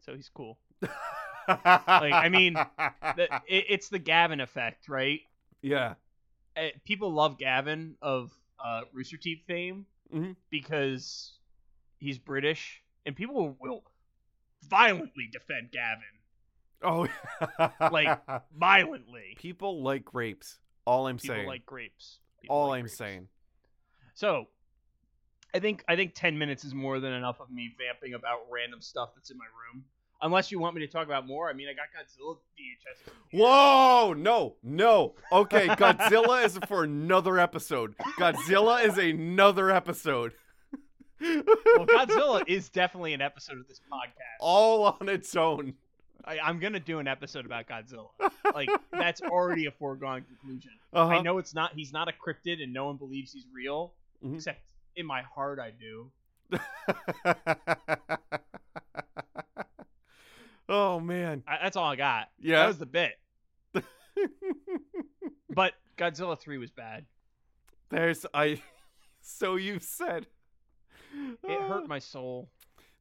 so he's cool. I mean, The- it, it's the Gavin effect, right? yeah, Uh, people love Gavin of uh, Rooster Teeth fame Mhm. because he's British, and people will violently defend Gavin, oh, Like, violently. people like grapes. All I'm People saying, like grapes. People all like I'm grapes. saying. So, I think I think ten minutes is more than enough of me vamping about random stuff that's in my room. Unless you want me to talk about more. I mean, I got Godzilla VHS. Whoa! No, no. Okay, Godzilla is for another episode. Godzilla is another episode. Well, Godzilla is definitely an episode of this podcast. all on its own. I, I'm gonna do an episode about Godzilla. Like that's already a foregone conclusion. Uh-huh. I know it's not. He's not a cryptid, and no one believes he's real. Mhm. Except in my heart, I do. Uh-huh. oh man. I, that's all I got. Yeah. that was the bit. But Godzilla three was bad. There's I so you've said. It Ah. hurt my soul.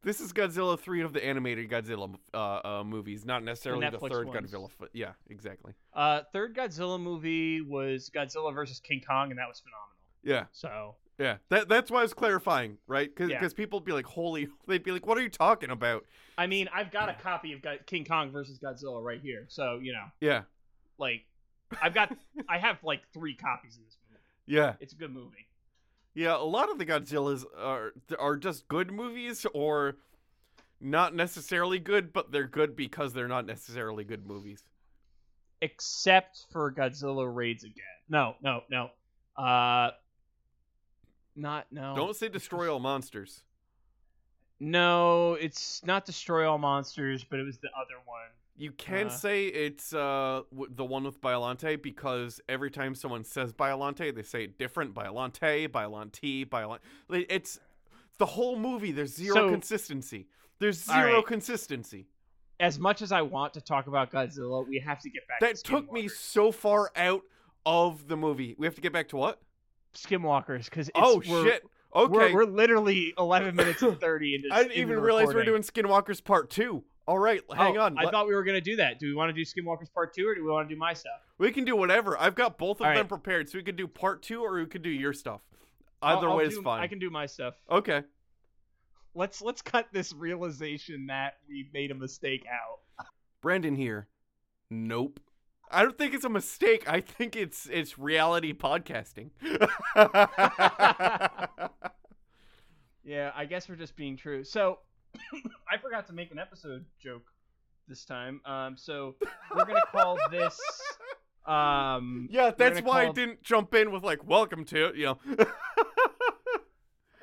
This is Godzilla 3 of the animated Godzilla uh, uh, movies, not necessarily the, Netflix third ones. Godzilla. fi- yeah, exactly. Uh, third Godzilla movie was Godzilla versus King Kong, and that was phenomenal. Yeah, So yeah. That that's why I was clarifying, right? Because Yeah. people would be like, "Holy!" They'd be like, "What are you talking about?" I mean, I've got a copy of Go- King Kong versus Godzilla right here. So you know, Yeah, like, I've got I have like three copies of this movie. yeah, It's a good movie. yeah. A lot of the Godzillas are are just good movies, or not necessarily good, but they're good because they're not necessarily good movies. except for Godzilla raids again. No, no, no. Uh, not no. Don't say destroy all monsters. No, it's not destroy all monsters, but it was the other one. You can Uh. say it's uh, w- the one with Biolante because every time someone says Biolante, they say it different Biolante, Biolante, Biolante. It's the whole movie. There's zero So- consistency. There's All zero right. consistency. As much as I want to talk about Godzilla, we have to get back. That to took me Skinwalker. so far out of the movie. We have to get back to what? Skimwalkers because oh we're, shit. Okay. We're, we're literally 11 minutes and 30 into I didn't even realize we're recording. doing Skinwalkers Part Two. All right, hang Oh, on. I Let- thought we were gonna do that. Do we want to do Skinwalkers Part Two or do we want to do my stuff? we can do whatever. I've got both of All them right. prepared, so we could do Part Two or we could do your stuff. I'll- Either I'll way is do- fine. Oh. I can do my stuff. Okay. Let's let's cut this realization that we made a mistake out. Brandon here. Nope. I don't think it's a mistake. I think it's it's reality podcasting. Yeah, I guess we're just being true. So I forgot to make an episode joke this time. Um, so we're gonna call this. Um, yeah, we're that's gonna why I call- didn't jump in with like welcome to you know.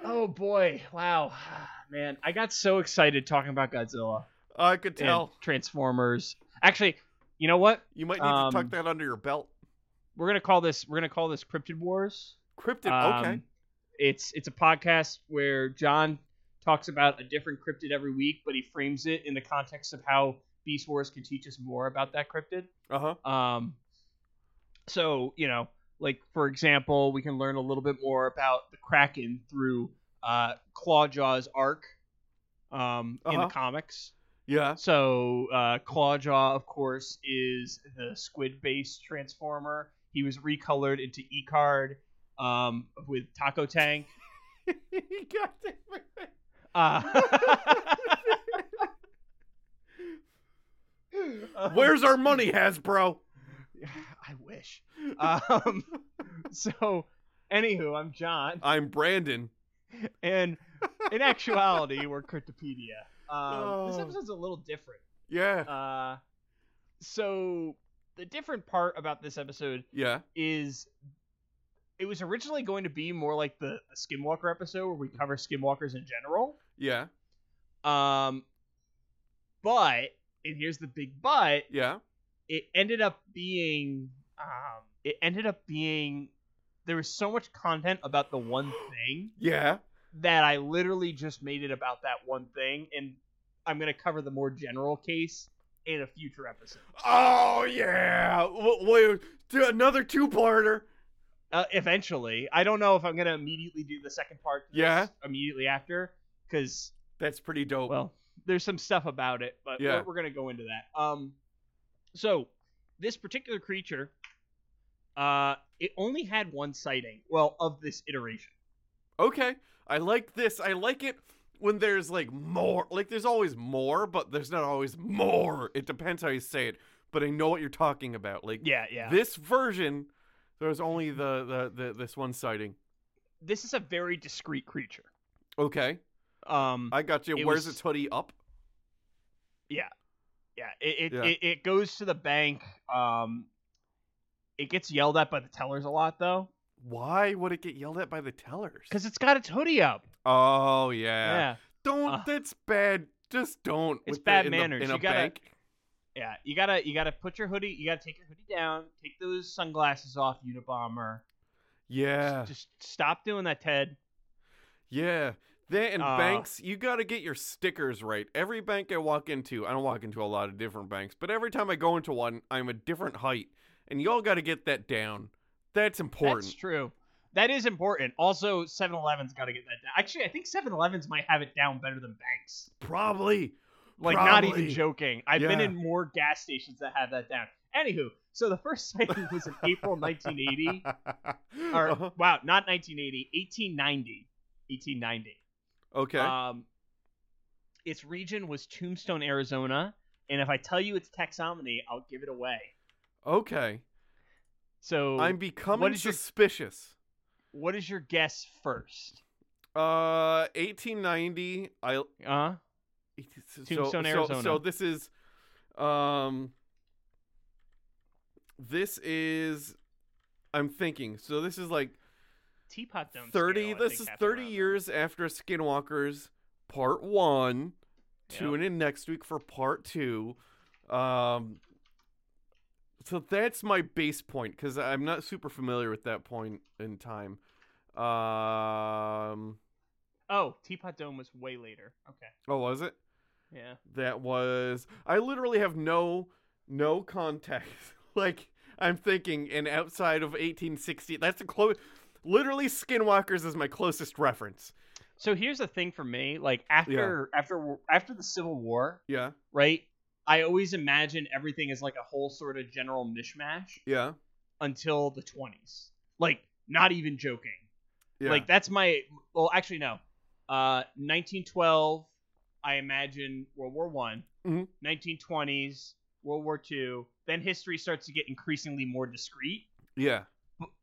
Oh boy! Wow, man, I got so excited talking about Godzilla I could and tell. Transformers. Actually, you know what? You might need to Um, tuck that under your belt. We're gonna call this. We're gonna call this Cryptid Wars. Cryptid. okay. Um, It's it's a podcast where John talks about a different cryptid every week, but he frames it in the context of how Beast Wars can teach us more about that cryptid. Uh huh. Um, so you know, like for example, we can learn a little bit more about the Kraken through uh, Clawjaw's arc um, in Uh-huh. the comics. Yeah. So uh, Clawjaw, of course, is the squid-based transformer. He was recolored into Ecard um, with Taco Tank. God damn it. Uh, Where's our money, Hasbro? I wish. Um, so, anywho, I'm John, I'm Brandon. and in actuality, we're Cryptopedia. Um, This Oh. episode's a little different. Yeah. Uh, so, the different part about this episode yeah. is it was originally going to be more like the, the Skinwalker episode where we cover Skinwalkers in general. Yeah. Um, but and here's the big but Yeah. it ended up being um it ended up being there was so much content about the one thing Yeah. that I literally just made it about that one thing and I'm gonna cover the more general case in a future episode. Oh yeah. W- Wait, do another two-parter. uh, eventually. I don't know if I'm gonna immediately do the second part. to Yeah. this Immediately after, because That's pretty dope. well, there's some stuff about it, but Yeah. we're, we're gonna go into that. Um, so this particular creature, uh, it only had one sighting. Well, of this iteration. okay. I like this. I like it when there's like more. Like there's always more, but there's not always more. It depends how you say it. But I know what you're talking about. Like Yeah, yeah. this This, version, there was only the, the, the this one sighting. this is a very discreet creature. Okay. Um, I got you. It Where's was- its hoodie up? yeah, it it, Yeah. it it goes to the bank. Um, it gets yelled at by the tellers a lot though, Why would it get yelled at by the tellers? because it's got its hoodie up. Oh yeah. yeah. Don't. Uh. that's bad. Just don't. It's with bad the, in the- manners. in a You gotta- bank. Yeah, you gotta you gotta put your hoodie. You gotta take your hoodie down. Take those sunglasses off, Unabomber. Yeah. Just, just stop doing that, Ted. Yeah. That and Uh, banks, you got to get your stickers right. Every bank I walk into, I don't walk into a lot of different banks, but every time I go into one, I'm a different height, and y'all got to get that down. That's important. That's true. That is important. Also, 7-Eleven's got to get that down. Actually, I think 7-Elevens might have it down better than banks. Probably. Like, not even Probably. joking. I've been Yeah. in more gas stations that have that down. Anywho, so the first sighting was in April 1980. Or, Uh-huh. wow, not 1980, 1890. 1890. Okay. Um, its region was Tombstone, Arizona, and if I tell you its taxonomy, I'll give it away. okay. So, I'm becoming is your- suspicious. what is your guess first? Uh, 1890. I Uh, so, so, Tombstone, So Arizona. this is, um, this is, I'm thinking. So this is like teapot dome. thirty. scale, I this think, is happened thirty around years after Skinwalkers Part One. Yep. Tune in next week for Part Two. Um, so that's my base point because I'm not super familiar with that point in time. Um, then. Oh, teapot dome was way later. Okay. oh, was it? Yeah. that was I literally have no no context. like I'm thinking and outside of 1860 that's the close Literally, Skinwalkers is my closest reference. So here's the thing for me, like after after after the Civil War, Yeah, right? I always imagine everything as like a whole sort of general mishmash yeah, until the 20s. Like not even joking. yeah. Like that's my well actually no. Uh 1912 I imagine World War 1, Mhm. 1920s, World War 2, then history starts to get increasingly more discreet. yeah,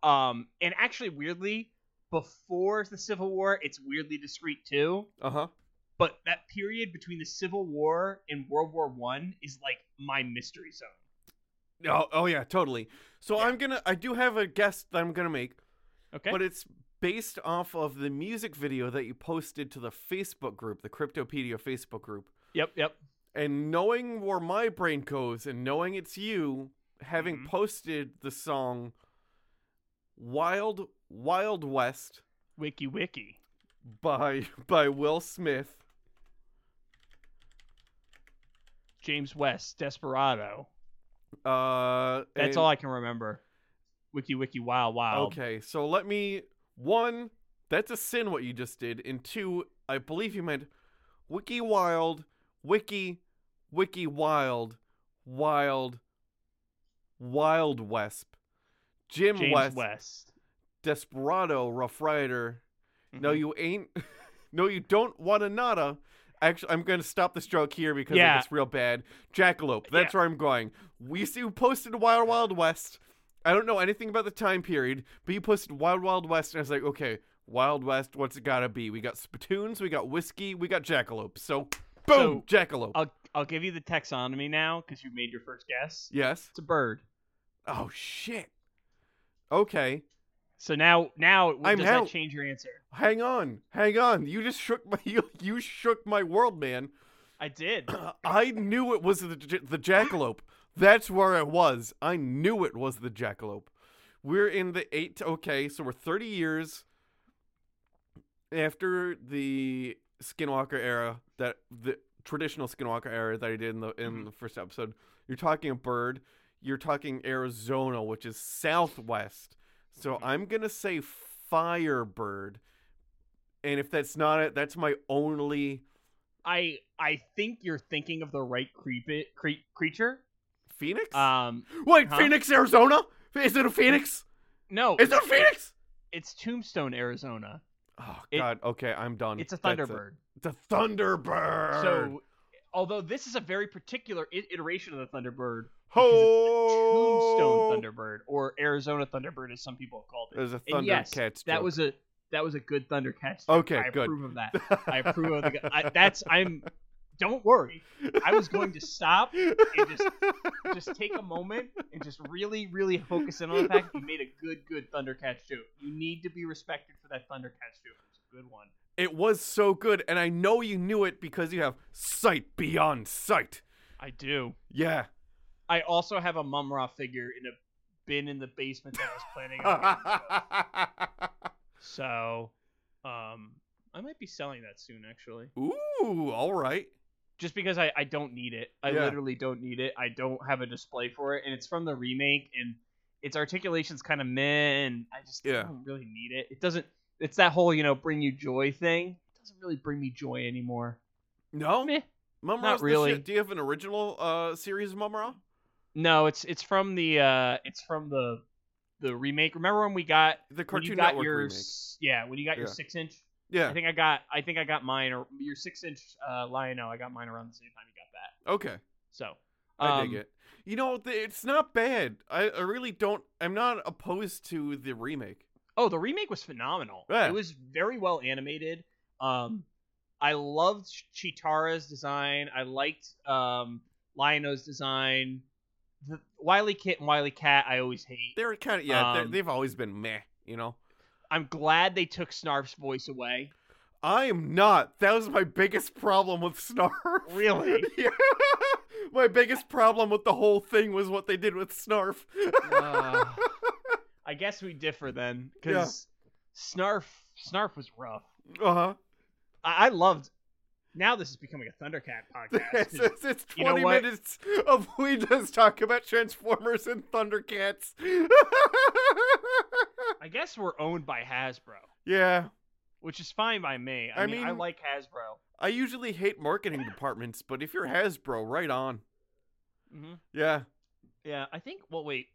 Um and actually weirdly before the Civil War, it's weirdly discreet too uh huh. but that period between the Civil War and World War One is like my mystery zone. Oh, oh yeah, totally. So I'm gonna, I do have a guess that I'm gonna make, Okay. but it's based off of the music video that you posted to the Facebook group, the Cryptopedia Facebook group. yep, yep. and knowing where my brain goes and knowing it's you having Mhm. posted the song wild wild west Wiki wiki. by by will smith James West, Desperado. uh That's all I can remember. Wiki wiki wow wow. okay so let me one that's a sin what you just did and two i believe you meant wiki wild wiki wiki wild wild wild west jim James West. west Desperado Rough Rider. No, Mhm. you ain't. no, you don't want a nada. Actually, I'm going to stop the stroke here because Yeah. it gets real bad. Jackalope. That's where I'm going. We see you posted Wild Wild West. I don't know anything about the time period, but you posted Wild Wild West, and I was like, okay, Wild West. What's it gotta be? We got spittoons. We got whiskey. We got jackalope. So, boom, So, jackalope. I'll I'll give you the taxonomy now because you made your first guess. yes. It's a bird. Oh shit. Okay. So now now what I'm does out. that change your answer? Hang on, hang on. You just shook my you, you shook my world, man. I did. I knew it was the j- the jackalope. That's where it was. I knew it was the jackalope. We're in the eight. Okay, so we're thirty years after the Skinwalker era. That the traditional Skinwalker era that I did in the in the first episode. You're talking a bird. You're talking Arizona, which is southwest. So I'm gonna say Firebird. And if that's not it, that's my only I I think you're thinking of the right creep cre- creature. Phoenix. Um Wait, Huh? Phoenix, Arizona? Is it a Phoenix? no, Is it a Phoenix? it's Tombstone, Arizona. Oh It- God. Okay, I'm done. It's a Um, That's it. Thunderbird. It's a Thunderbird. So, although this is a very particular I- iteration of the Thunderbird, Ho! Oh. Tombstone Thunderbird or Arizona Thunderbird, as some people have called it. There's a And yes, Thundercats. that was a that was a good Thundercats. joke. Okay, I good. approve of that. I approve of the. gu- I, that's I'm. Don't worry. I was going to stop and just just take a moment and just really really focus in on the fact that you made a good good Thundercats joke. You need to be respected for that Thundercats joke. It's a good one. It was so good, and I know you knew it because you have sight beyond sight. I do. Yeah. I also have a Mumra figure in a bin in the basement that I was planning on. getting. Ooh, So, um, I might be selling that soon, actually. all right. Just because I, I don't need it. I Yeah. literally don't need it. I don't have a display for it, and it's from the remake, and its articulation's kind of meh, and I just Yeah. don't really need it. It doesn't. It's that whole you know bring you joy thing. It doesn't really bring me joy anymore. No, Meh. Mum not Ra's the really. shit. Do you have an original uh, series of Mum Ra? No, it's it's from the uh it's from the the remake. Remember when we got The when you Cartoon got Network your remake. s- yeah when you got your Yeah. six inch I Yeah. think I got I think I got mine or your six inch uh Lionel. I got mine around the same time you got that. Okay. So I dig um, it. You know, th- it's not bad. I, I really don't. I'm not opposed to the remake. Oh, the remake was phenomenal. Yeah. It was very well animated. Um, I loved Ch- Chitara's design. I liked um Lionel's design. The Wiley Kit and Wiley Cat, I always hate. They're kind of yeah. they're Um, they've always been meh. You know. I'm glad they took Snarf's voice away. I am not. That was my biggest problem with Snarf. Really? yeah. My biggest problem with the whole thing was what they did with Snarf. Uh, I guess we differ then, because Snarf Snarf was rough. uh huh. I, I loved. Now this is becoming a Thundercat podcast. It's, 'cause it's, it's 20 You know what? minutes of we just talk about Transformers and Thundercats. I guess we're owned by Hasbro, yeah. which is fine by me. I, I mean, I mean- like Hasbro. I usually hate marketing departments, but if you're Hasbro, right on. hmm Yeah. Yeah, I think. Well, wait.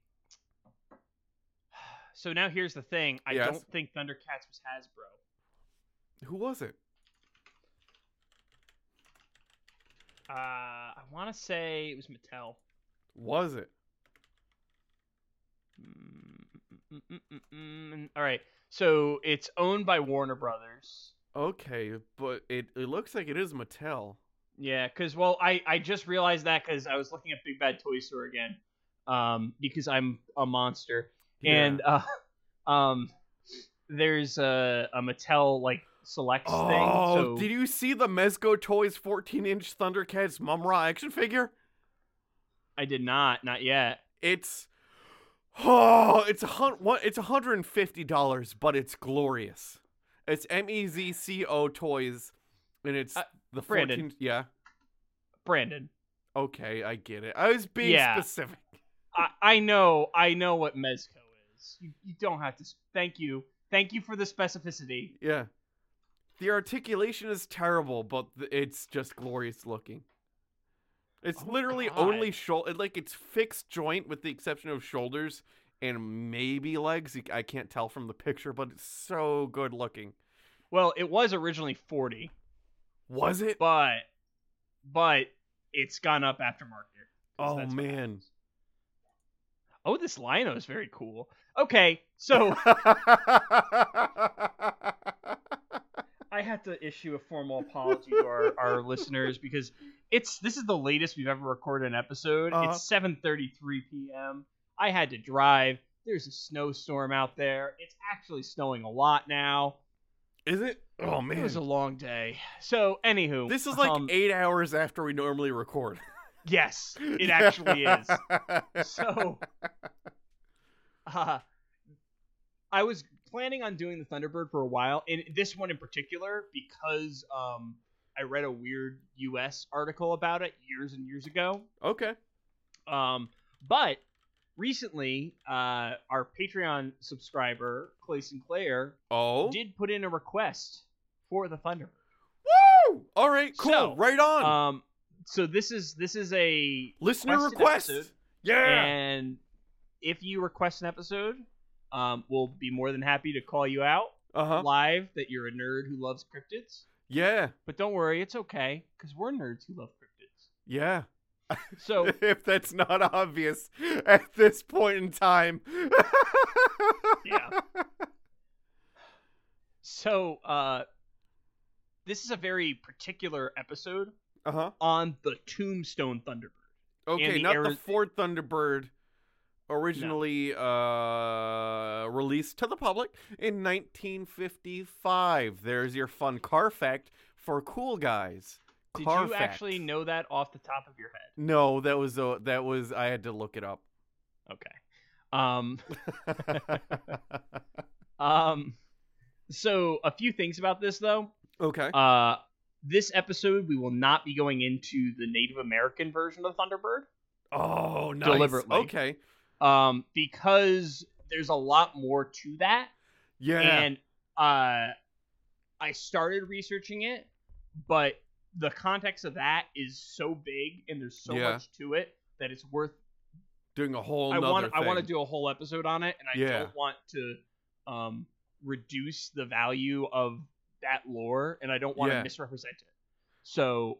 So now here's the thing. I Yes. don't think Thundercats was Hasbro. Who was it? Uh, I want to say it was Mattel. Was it? Mm-mm-mm-mm-mm. All right. So it's owned by Warner Brothers. Okay, but it, it looks like it is Mattel. Yeah, because well, I I just realized that because I was looking at Big Bad Toy Store again, um, because I'm a monster, and uh, um, there's a a Mattel like selects thing. Oh, So did you see the Mezco Toys 14 inch Thundercats Mumra action figure? I did not, not yet. It's oh, it's a hun- what? It's hundred and fifty dollars, but it's glorious. It's M E Z C O Toys, and it's Uh, the 14- Brandon. Yeah, Brandon, okay, I get it. I was being Yeah. specific. I I know I know what Mezco is. You you don't have to. s- Thank you, thank you for the specificity. Yeah, the articulation is terrible, but th- it's just glorious looking. It's Oh, literally only God. shoulder, like it's fixed joint with the exception of shoulders and maybe legs. I can't tell from the picture, but it's so good looking. Well, it was originally forty, Was it? but but it's gone up aftermarket. 'cause Oh that's what man. Oh, this lino is very cool. Okay, so I have to issue a formal apology to our, our listeners because it's this is the latest we've ever recorded an episode. Uh-huh. It's 7:33 p.m. I had to drive. There's a snowstorm out there. It's actually snowing a lot now. is it? Oh It man. was a long day. So, anywho, This is like um, eight hours after we normally record. yes, it actually is. so uh, I was planning on doing the Thunderbird for a while, and this one in particular because um, I read a weird U.S. article about it years and years ago. Okay. Um, but recently, uh, our Patreon subscriber Clay Sinclair Oh. did put in a request for the Thunderbird. Woo! All right. Cool. So, right on. Um, so this is this is a Listener requested request. episode. Yeah. And if you request an episode, um, we'll be more than happy to call you out Uh huh. live that you're a nerd who loves cryptids. Yeah. But don't worry, it's okay because we're nerds who love cryptids. Yeah. So if that's not obvious at this point in time. yeah. So uh, this is a very particular episode Uh huh. on the Tombstone Thunderbird. Okay. the Not the Ari- Ford Thunderbird. Originally uh, released to the public in 1955. There's your fun car fact for cool guys. Did Car you fact. actually know that off the top of your head? No, that was uh, that was I had to look it up. Okay. Um, um, so a few things about this though. okay. Uh, this episode we will not be going into the Native American version of Thunderbird, oh, nice. deliberately. Okay. um, because there's a lot more to that, Yeah. and uh, I started researching it, but the context of that is so big and there's so Yeah. much to it that it's worth Doing a whole. I want nother I want to thing. do a whole episode on it, and I Yeah. don't want to um, reduce the value of that lore, and I don't want Yeah. to misrepresent it. So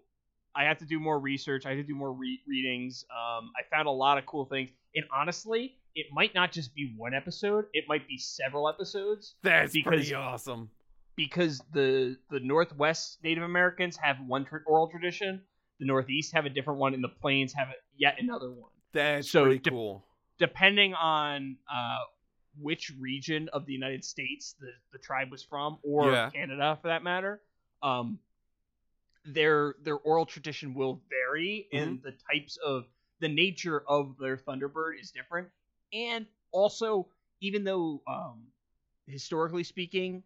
I have to do more research. I have to do more re- readings. Um, I found a lot of cool things, and honestly, it might not just be one episode; it might be several episodes That's because- pretty awesome. because the the Northwest Native Americans have one tr oral tradition. The Northeast have a different one, and the Plains have yet another one That's So pretty de- cool. depending on uh, which region of the United States the, the tribe was from, or Yeah. Canada for that matter, um, their their oral tradition will vary, and the types of the nature of their Thunderbird is different. And also, even though um, historically speaking,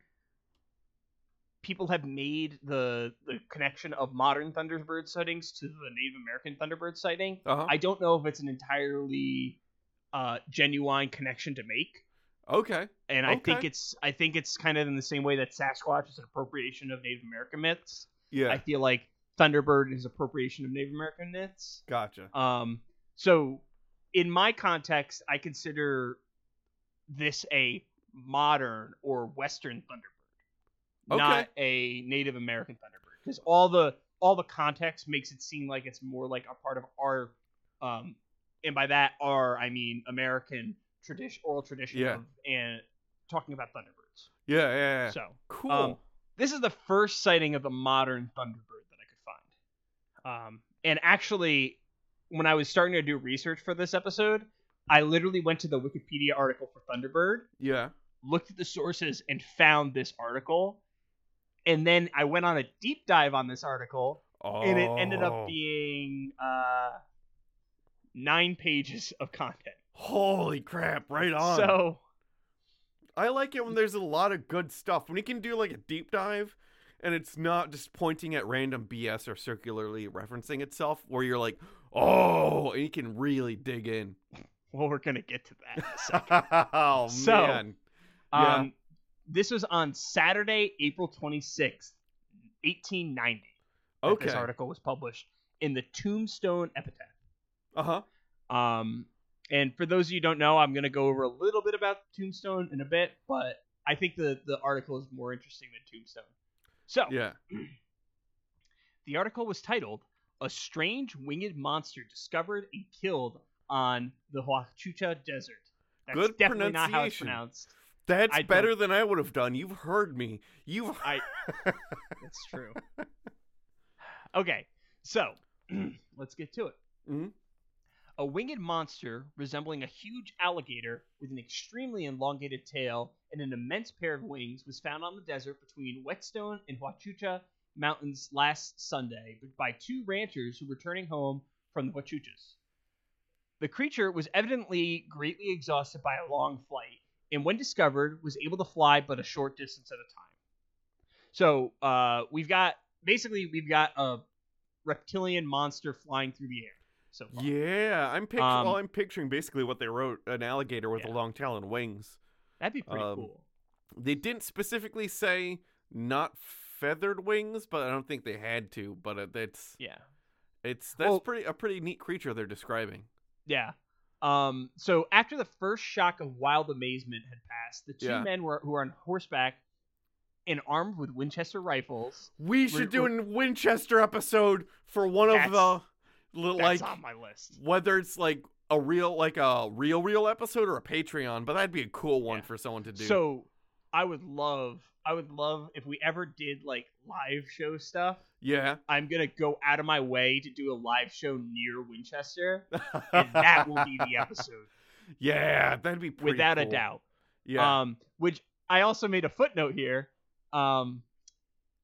people have made the the connection of modern Thunderbird sightings to the Native American Thunderbird sighting, Uh huh. I don't know if it's an entirely uh, genuine connection to make. Okay. and I think Okay. it's I think it's kind of in the same way that Sasquatch is an appropriation of Native American myths. Yeah. I feel like Thunderbird is appropriation of Native American myths. gotcha. Um, so in my context, I consider this a modern or Western Thunderbird, not a Native American Thunderbird, because all the all the context makes it seem like it's more like a part of our, um, and by that our I mean American tradition, oral tradition, Yeah. of, and talking about Thunderbirds. Yeah. Yeah. yeah. So cool. um, this is the first sighting of the modern Thunderbird that I could find. Um, and actually, when I was starting to do research for this episode, I literally went to the Wikipedia article for Thunderbird, yeah. looked at the sources, and found this article. And then I went on a deep dive on this article, Oh. and it ended up being uh, nine pages of content. Holy crap! Right on. So I like it when there's a lot of good stuff. When you can do like a deep dive and it's not just pointing at random BS or circularly referencing itself, where you're like, oh, and you can really dig in. well, we're gonna get to that. in a second. oh, So- man. Yeah. Um, This was on Saturday, April 26th, 1890. that Okay. This article was published in the Tombstone Epitaph. Uh huh. Um, and for those of you who don't know, I'm going to go over a little bit about Tombstone in a bit, but I think the, the article is more interesting than Tombstone. So, Yeah. the article was titled A Strange Winged Monster Discovered and Killed on the Huachuca Desert. That's Good definitely not how it's pronunciation. pronounced. That's I don't- better than I would have done. You've heard me. You've. I. That's true. okay, so let's get to it. Mhm. A winged monster resembling a huge alligator with an extremely elongated tail and an immense pair of wings was found on the desert between Whetstone and Huachuca Mountains last Sunday by two ranchers who were returning home from the Huachuchas. The creature was evidently greatly exhausted by a long flight, and when discovered, was able to fly but a short distance at a time. So uh, we've got basically we've got a reptilian monster flying through the air. So far. Yeah, I'm picturing. Um, well, I'm picturing basically what they wrote: an alligator with a Yeah. long tail and wings. that'd be pretty um, cool. They didn't specifically say not feathered wings, but I don't think they had to. But it- it's Yeah, it's that's Well- pretty a pretty neat creature they're describing. yeah. Um, so after the first shock of wild amazement had passed, the two Yeah. men were who are on horseback and armed with Winchester rifles. We should do a Winchester episode for one of That's- the li- That's like on my list. whether it's like a real like a real real episode or a Patreon, but that'd be a cool one Yeah. for someone to do. So I would love, I would love if we ever did like live show stuff. yeah, I'm gonna go out of my way to do a live show near Winchester, and that will be the episode. yeah, that'd be pretty without a cool. doubt. Yeah, Um, which I also made a footnote here. Um,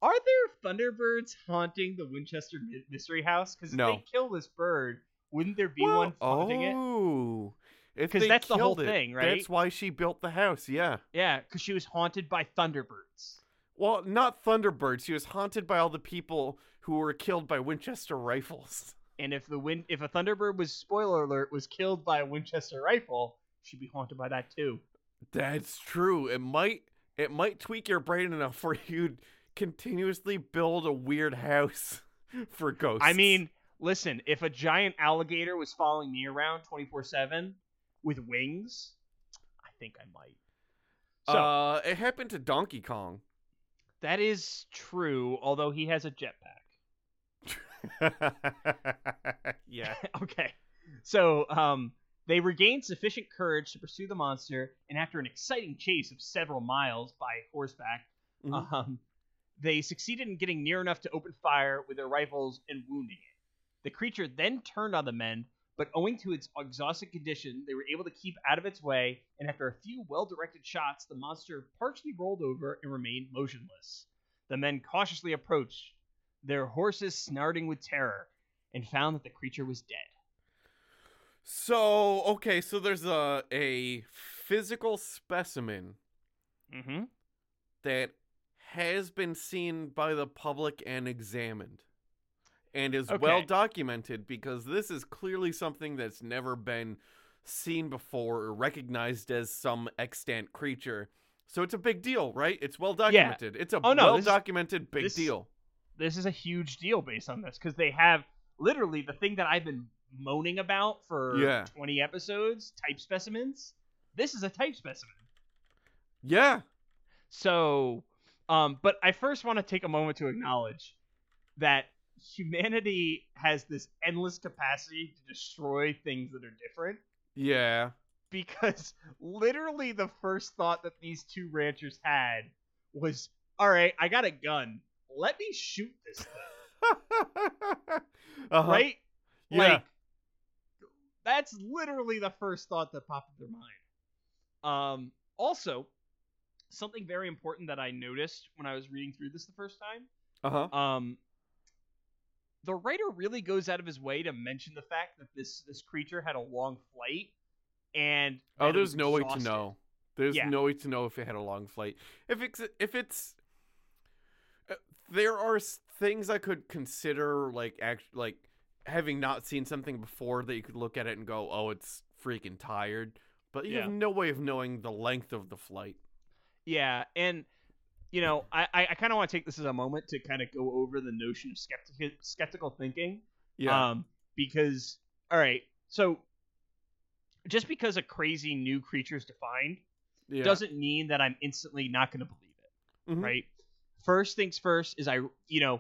are there Thunderbirds haunting the Winchester My- Mystery House? Because if No. they kill this bird, wouldn't there be Well, one haunting it? oh, if 'Cause they that's the whole killed it, thing, right? That's why she built the house. Yeah. Yeah, because she was haunted by Thunderbirds. Well, not Thunderbirds. She was haunted by all the people who were killed by Winchester rifles. And if the wind, if a Thunderbird was spoiler alert, was killed by a Winchester rifle, she'd be haunted by that too. That's true. It might it might tweak your brain enough where you'd continuously build a weird house for ghosts. I mean, listen, if a giant alligator was following me around twenty four seven with wings, I think I might. So, uh, it happened to Donkey Kong. That is true, although he has a jetpack. yeah. okay. So, um, they regained sufficient courage to pursue the monster, and after an exciting chase of several miles by horseback, Mhm. um, they succeeded in getting near enough to open fire with their rifles and wounding it. The creature then turned on the men, but owing to its exhausted condition, they were able to keep out of its way, and after a few well directed shots, the monster partially rolled over and remained motionless. The men cautiously approached, their horses snarling with terror, and found that the creature was dead. So okay, so there's a a physical specimen Mm-hmm. that has been seen by the public and examined and is well Okay. documented because this is clearly something that's never been seen before or recognized as some extant creature. So it's a big deal, right? It's well documented. It's a Oh, no, well this is- documented big this- deal. this is a huge deal based on this because they have literally the thing that I've been moaning about for Yeah. 20 episodes type specimens. This is a type specimen. Yeah. So, um, but I first want to take a moment to acknowledge that humanity has this endless capacity to destroy things that are different Yeah. because literally the first thought that these two ranchers had was, all right, I got a gun. Let me shoot this thing, Uh-huh. right? Yeah. Like that's literally the first thought that popped in their mind. Um also something very important that I noticed when I was reading through this the first time. uh-huh. Um the writer really goes out of his way to mention the fact that this this creature had a long flight and that Oh, it there's was no way to exhausted. know. There's Yeah. no way to know if it had a long flight. If it's if it's uh, there are s- things I could consider like act like having not seen something before that you could look at it and go, "Oh, it's freaking tired." But you have Yeah. no way of knowing the length of the flight. Yeah, and you know, I I, I kind of want to take this as a moment to kind of go over the notion of skeptic skeptical thinking Yeah. Um, because all right, so just because a crazy new creature is defined yeah. doesn't mean that I'm instantly not going to believe it, Mhm. right? First things first is I, you know,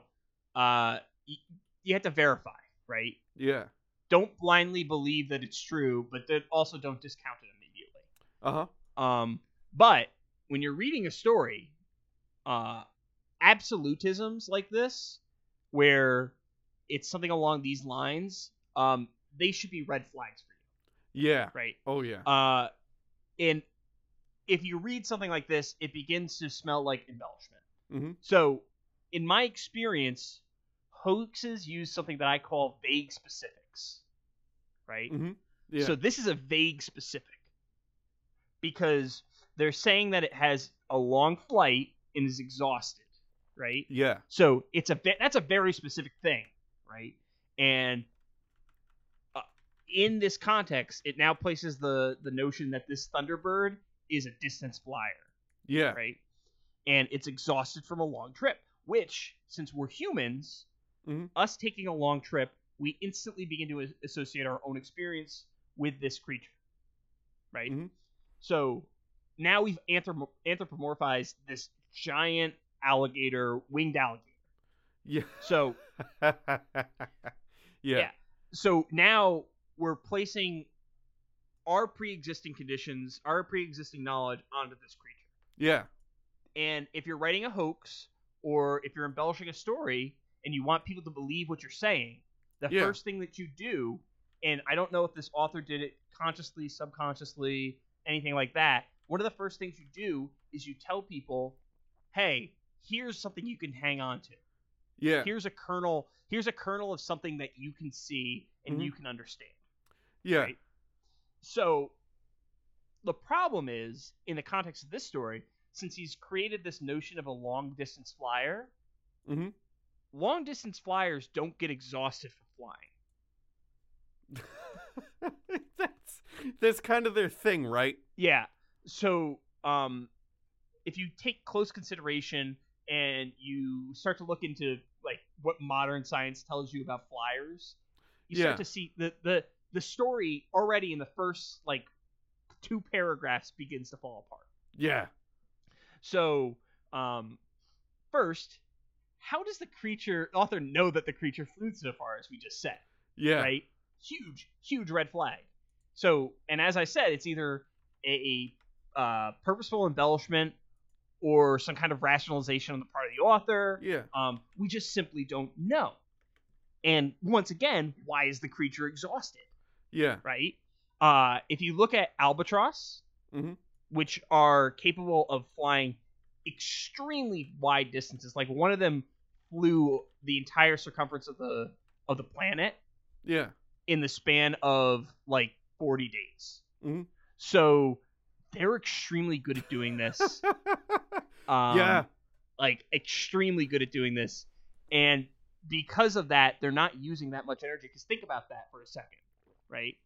uh, y- you have to verify, right? Yeah. Don't blindly believe that it's true, but then also don't discount it immediately. Uh-huh. Um, but when you're reading a story, uh, absolutisms like this, where it's something along these lines, um, they should be red flags for Yeah. you, right? Oh yeah. Uh, and if you read something like this, it begins to smell like embellishment. Mhm. So, in my experience, hoaxes use something that I call vague specifics, right? Mhm. Yeah. So this is a vague specific because they're saying that it has a long flight and is exhausted, right? yeah. So it's a ve- that's a very specific thing, right? And uh, in this context, it now places the the notion that this thunderbird is a distance flyer, Yeah. right? And it's exhausted from a long trip, which, since we're humans, Mhm. us taking a long trip, we instantly begin to as- associate our own experience with this creature, right? Mhm. So now we've anthrop- anthropomorphized this giant alligator, winged alligator. Yeah. So, yeah. Yeah. so now we're placing our pre-existing conditions, our pre-existing knowledge onto this creature. Yeah. And if you're writing a hoax or if you're embellishing a story and you want people to believe what you're saying, the Yeah. first thing that you do, and I don't know if this author did it consciously, subconsciously, anything like that, one of the first things you do is you tell people, hey, here's something you can hang on to. Yeah. Here's a kernel, here's a kernel of something that you can see and Mhm. you can understand. Yeah. right. So the problem is, in the context of this story, since he's created this notion of a long distance flyer, Mhm. long distance flyers don't get exhausted from flying. that's that's kind of their thing, right? Yeah. So, um, if you take close consideration and you start to look into like what modern science tells you about flyers, you Yeah. start to see the the the story already in the first like two paragraphs begins to fall apart. Yeah. So, um, first, how does the creature author know that the creature flew so far as we just said? Yeah. Right? Huge, huge red flag. So, and as I said, it's either a, a uh, purposeful embellishment or some kind of rationalization on the part of the author. Yeah. Um, we just simply don't know. And once again, why is the creature exhausted? Yeah. right? Uh, if you look at albatross, Mhm. which are capable of flying extremely wide distances, like one of them flew the entire circumference of the of the planet Yeah. in the span of like 40 days. Mhm. So they're extremely good at doing this. um, yeah. like extremely good at doing this, and because of that, they're not using that much energy. Because think about that for a second, right?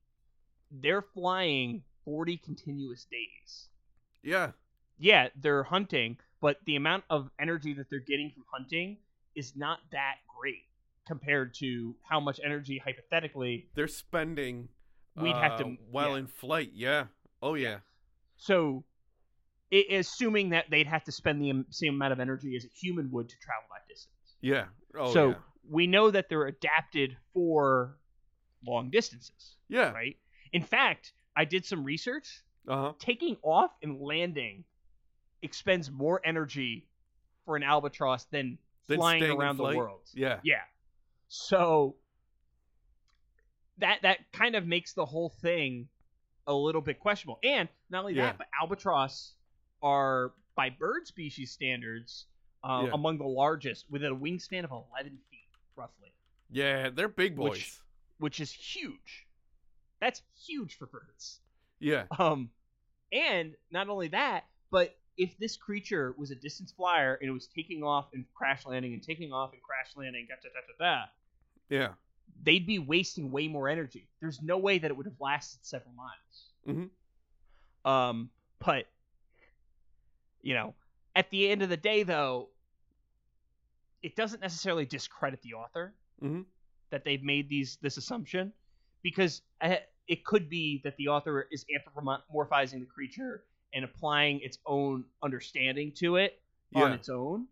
they're flying 40 continuous days. Yeah. Yeah, they're hunting, but the amount of energy that they're getting from hunting is not that great compared to how much energy hypothetically They're spending we'd have to uh, while yeah. in flight. Yeah. Oh yeah. So, i assuming that they'd have to spend the am- same amount of energy as a human would to travel that distance. Yeah. Oh so yeah. we know that they're adapted for long distances, Yeah. right? In fact, I did some research. Uh-huh. Taking off and landing expends more energy for an albatross than Than flying staying in around the flight? world. Yeah. Yeah. So that that kind of makes the whole thing a little bit questionable. And not only Yeah. that, but albatross are by bird species standards uh, Yeah. among the largest, with a wingspan of 11 feet roughly, Yeah, they're big boys. Which- which is huge. That's huge for birds. yeah. Um, and not only that, but if this creature was a distance flyer and it was taking off and crash landing and taking off and crash landing, da da da da da, Yeah. they'd be wasting way more energy. There's no way that it would have lasted several miles. Mhm. Um, but you know, at the end of the day, though, it doesn't necessarily discredit the author Mhm. that they've made these this assumption, because I, it could be that the author is anthropomorphizing the creature and applying its own understanding to it on Yeah. its own.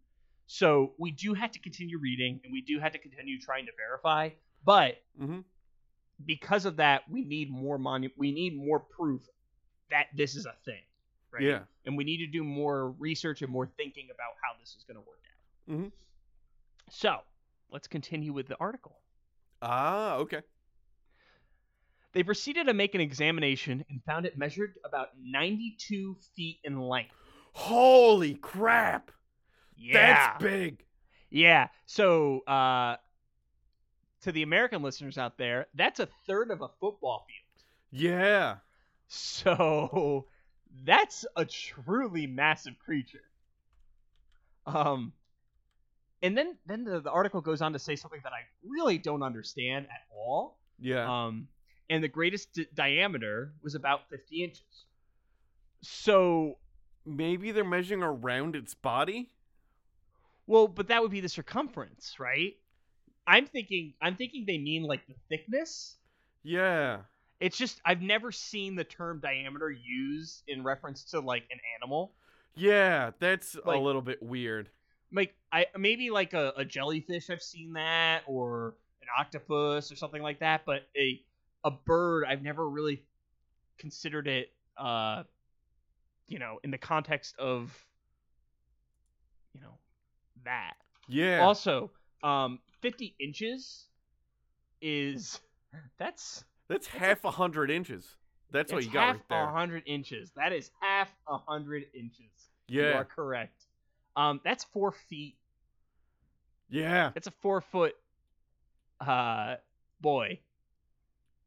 So we do have to continue reading and we do have to continue trying to verify. But Mm-hmm. because of that, we need more monu- we need more proof that this is a thing. Right? Yeah. And we need to do more research and more thinking about how this is going to work out. Mhm. So let's continue with the article. Ah, okay. They proceeded to make an examination and found it measured about 92 feet in length. Holy crap. Yeah. That's big. Yeah. So, uh, to the American listeners out there, that's a third of a football field. Yeah. So, that's a truly massive creature. Um, and then then the, the article goes on to say something that I really don't understand at all. Yeah. Um, and the greatest di- diameter was about 50 inches. So, Maybe they're measuring around its body? Well, but that would be the circumference, right? I'm thinking I'm thinking they mean like the thickness. Yeah. It's just I've never seen the term diameter used in reference to like an animal. Yeah, that's a Like- little bit weird. Like I maybe like a, a jellyfish I've seen that or an octopus or something like that, but a a bird I've never really considered it uh you know, in the context of you know that. Yeah. Also, um, 50 inches is that's that's half a hundred inches. That's what that's you got half right there. a hundred inches. That is half a hundred inches. you Yeah. are correct. Um, that's four feet. Yeah. That's a four foot, uh, boy.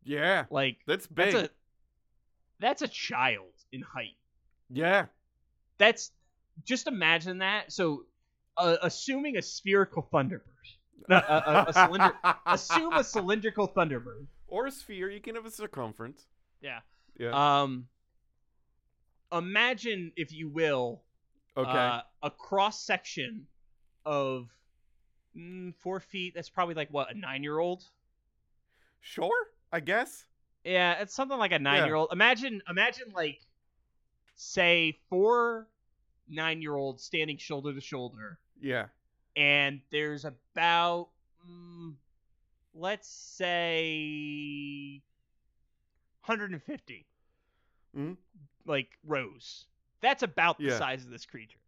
Yeah. Like That's big. that's a that's a child in height. Yeah. That's just imagine that. So, uh, assuming a spherical thunderbird, No, a, a, a cylinder. assume a cylindrical thunderbird. or a sphere, you can have a circumference. Yeah. Yeah. Um, imagine, if you will, Okay. uh, a cross section of mm, four feet. That's probably like what a nine-year-old. sure, I guess. Yeah, it's something like a nine-year-old. Imagine, imagine like, say four nine-year-olds standing shoulder to shoulder, Yeah. and there's about, mm, let's say, hundred and fifty. Mhm. Like rows. That's about the Yeah. size of this creature.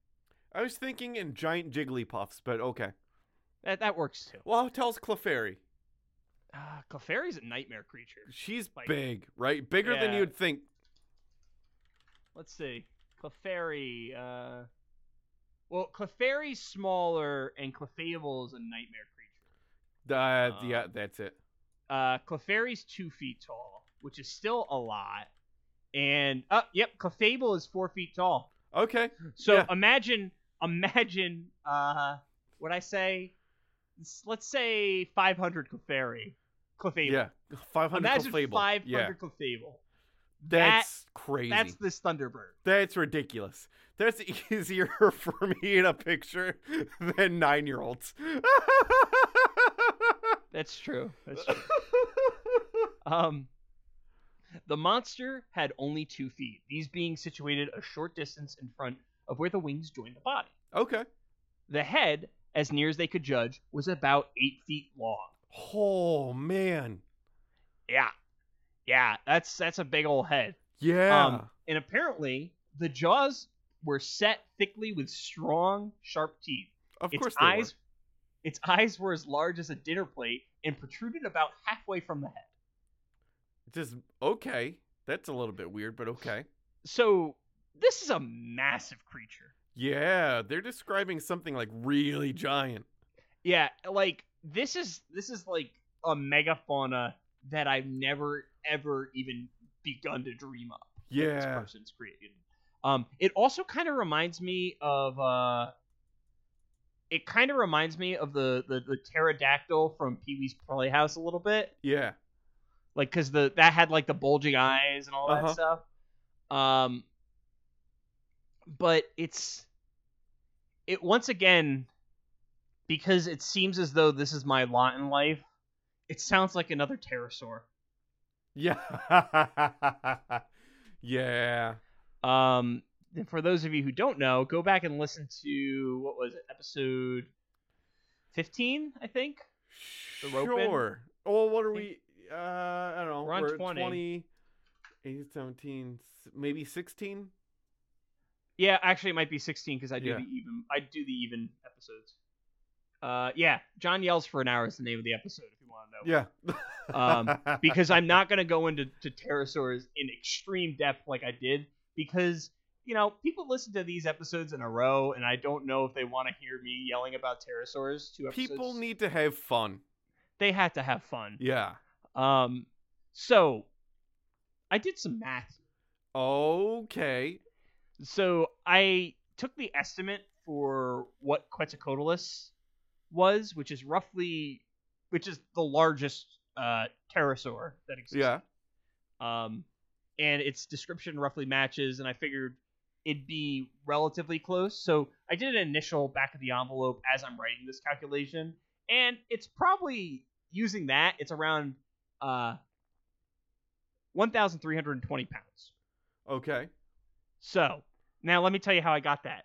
I was thinking in giant jigglypuffs, but okay. That that works too. Well, tells Clefairy. Uh, Clefairy's a nightmare creature. She's Like- big, right? Bigger than Yeah. you'd think. Let's see. Clefairy, uh Well, Clefairy's smaller and Clefable is a nightmare Uh, creature. Uh, yeah, that's it. Uh Clefairy's two feet tall, which is still a lot. And uh yep, Clefable is four feet tall. Okay. So Yeah. imagine imagine uh what I say s- let's say five hundred Clefairy. Clefable. Yeah. 500 Imagine Clefable. five Yeah. hundred Clefable. That's crazy. That's this Thunderbird. That's ridiculous. That's easier for me to picture than nine year olds. That's true. That's true. um, the monster had only two feet, these being situated a short distance in front of where the wings join the body. okay. The head, as near as they could judge, was about eight feet long. Oh man. Yeah, yeah, that's that's a big old head. Yeah. Um, and apparently, the jaws were set thickly with strong, sharp teeth. of its course they eyes, its eyes were as large as a dinner plate and protruded about halfway from the head. were. Just okay. That's a little bit weird, but okay. So this is a massive creature. Yeah, they're describing something like really giant. Yeah, like this is this is like a megafauna that I've never ever even begun to dream up. that This Yeah. person's created. Um, it also kind of reminds me of uh, it kind of reminds me of the, the the pterodactyl from Pee Wee's Playhouse a little bit. Yeah. like because the that had like the bulging eyes and all Uh-huh. that stuff um but it's it once again because it seems as though this is my lot in life it sounds like another pterosaur Yeah. yeah. um and for those of you who don't know go back and listen to what was it episode 15 i think The rope in? Sure. Well, what are we? Uh, I don't know. We're on we're at 20. 20 18, 17, s- maybe 16? yeah actually it might be 16 because i do Yeah. the even i do the even episodes uh yeah john yells for an hour is the name of the episode if you want to know Yeah. Um, because I'm not going to go into to pterosaurs in extreme depth like I did because you know people listen to these episodes in a row and I don't know if they want to hear me yelling about pterosaurs two episodes. people need to have fun. they had to have fun. Yeah. Um, so I did some math. Okay. So I took the estimate for what Quetzalcoatlus was, which is roughly, which is the largest uh, pterosaur that exists. Yeah. um, and its description roughly matches, and I figured it'd be relatively close. So I did an initial back of the envelope as I'm writing this calculation, and it's probably using that. It's around uh, 1,320 pounds. Okay. So now let me tell you how I got that.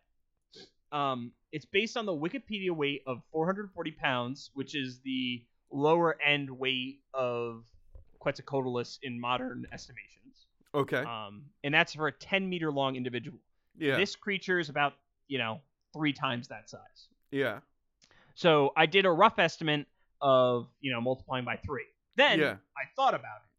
Um, it's based on the Wikipedia weight of 440 pounds, which is the lower end weight of Quetzalcoatlus in modern estimations. Okay. Um, and that's for a 10 meter long individual. yeah. This creature is about, you know, three times that size. yeah. So I did a rough estimate of, you know, multiplying by three. Then Yeah. I thought about it.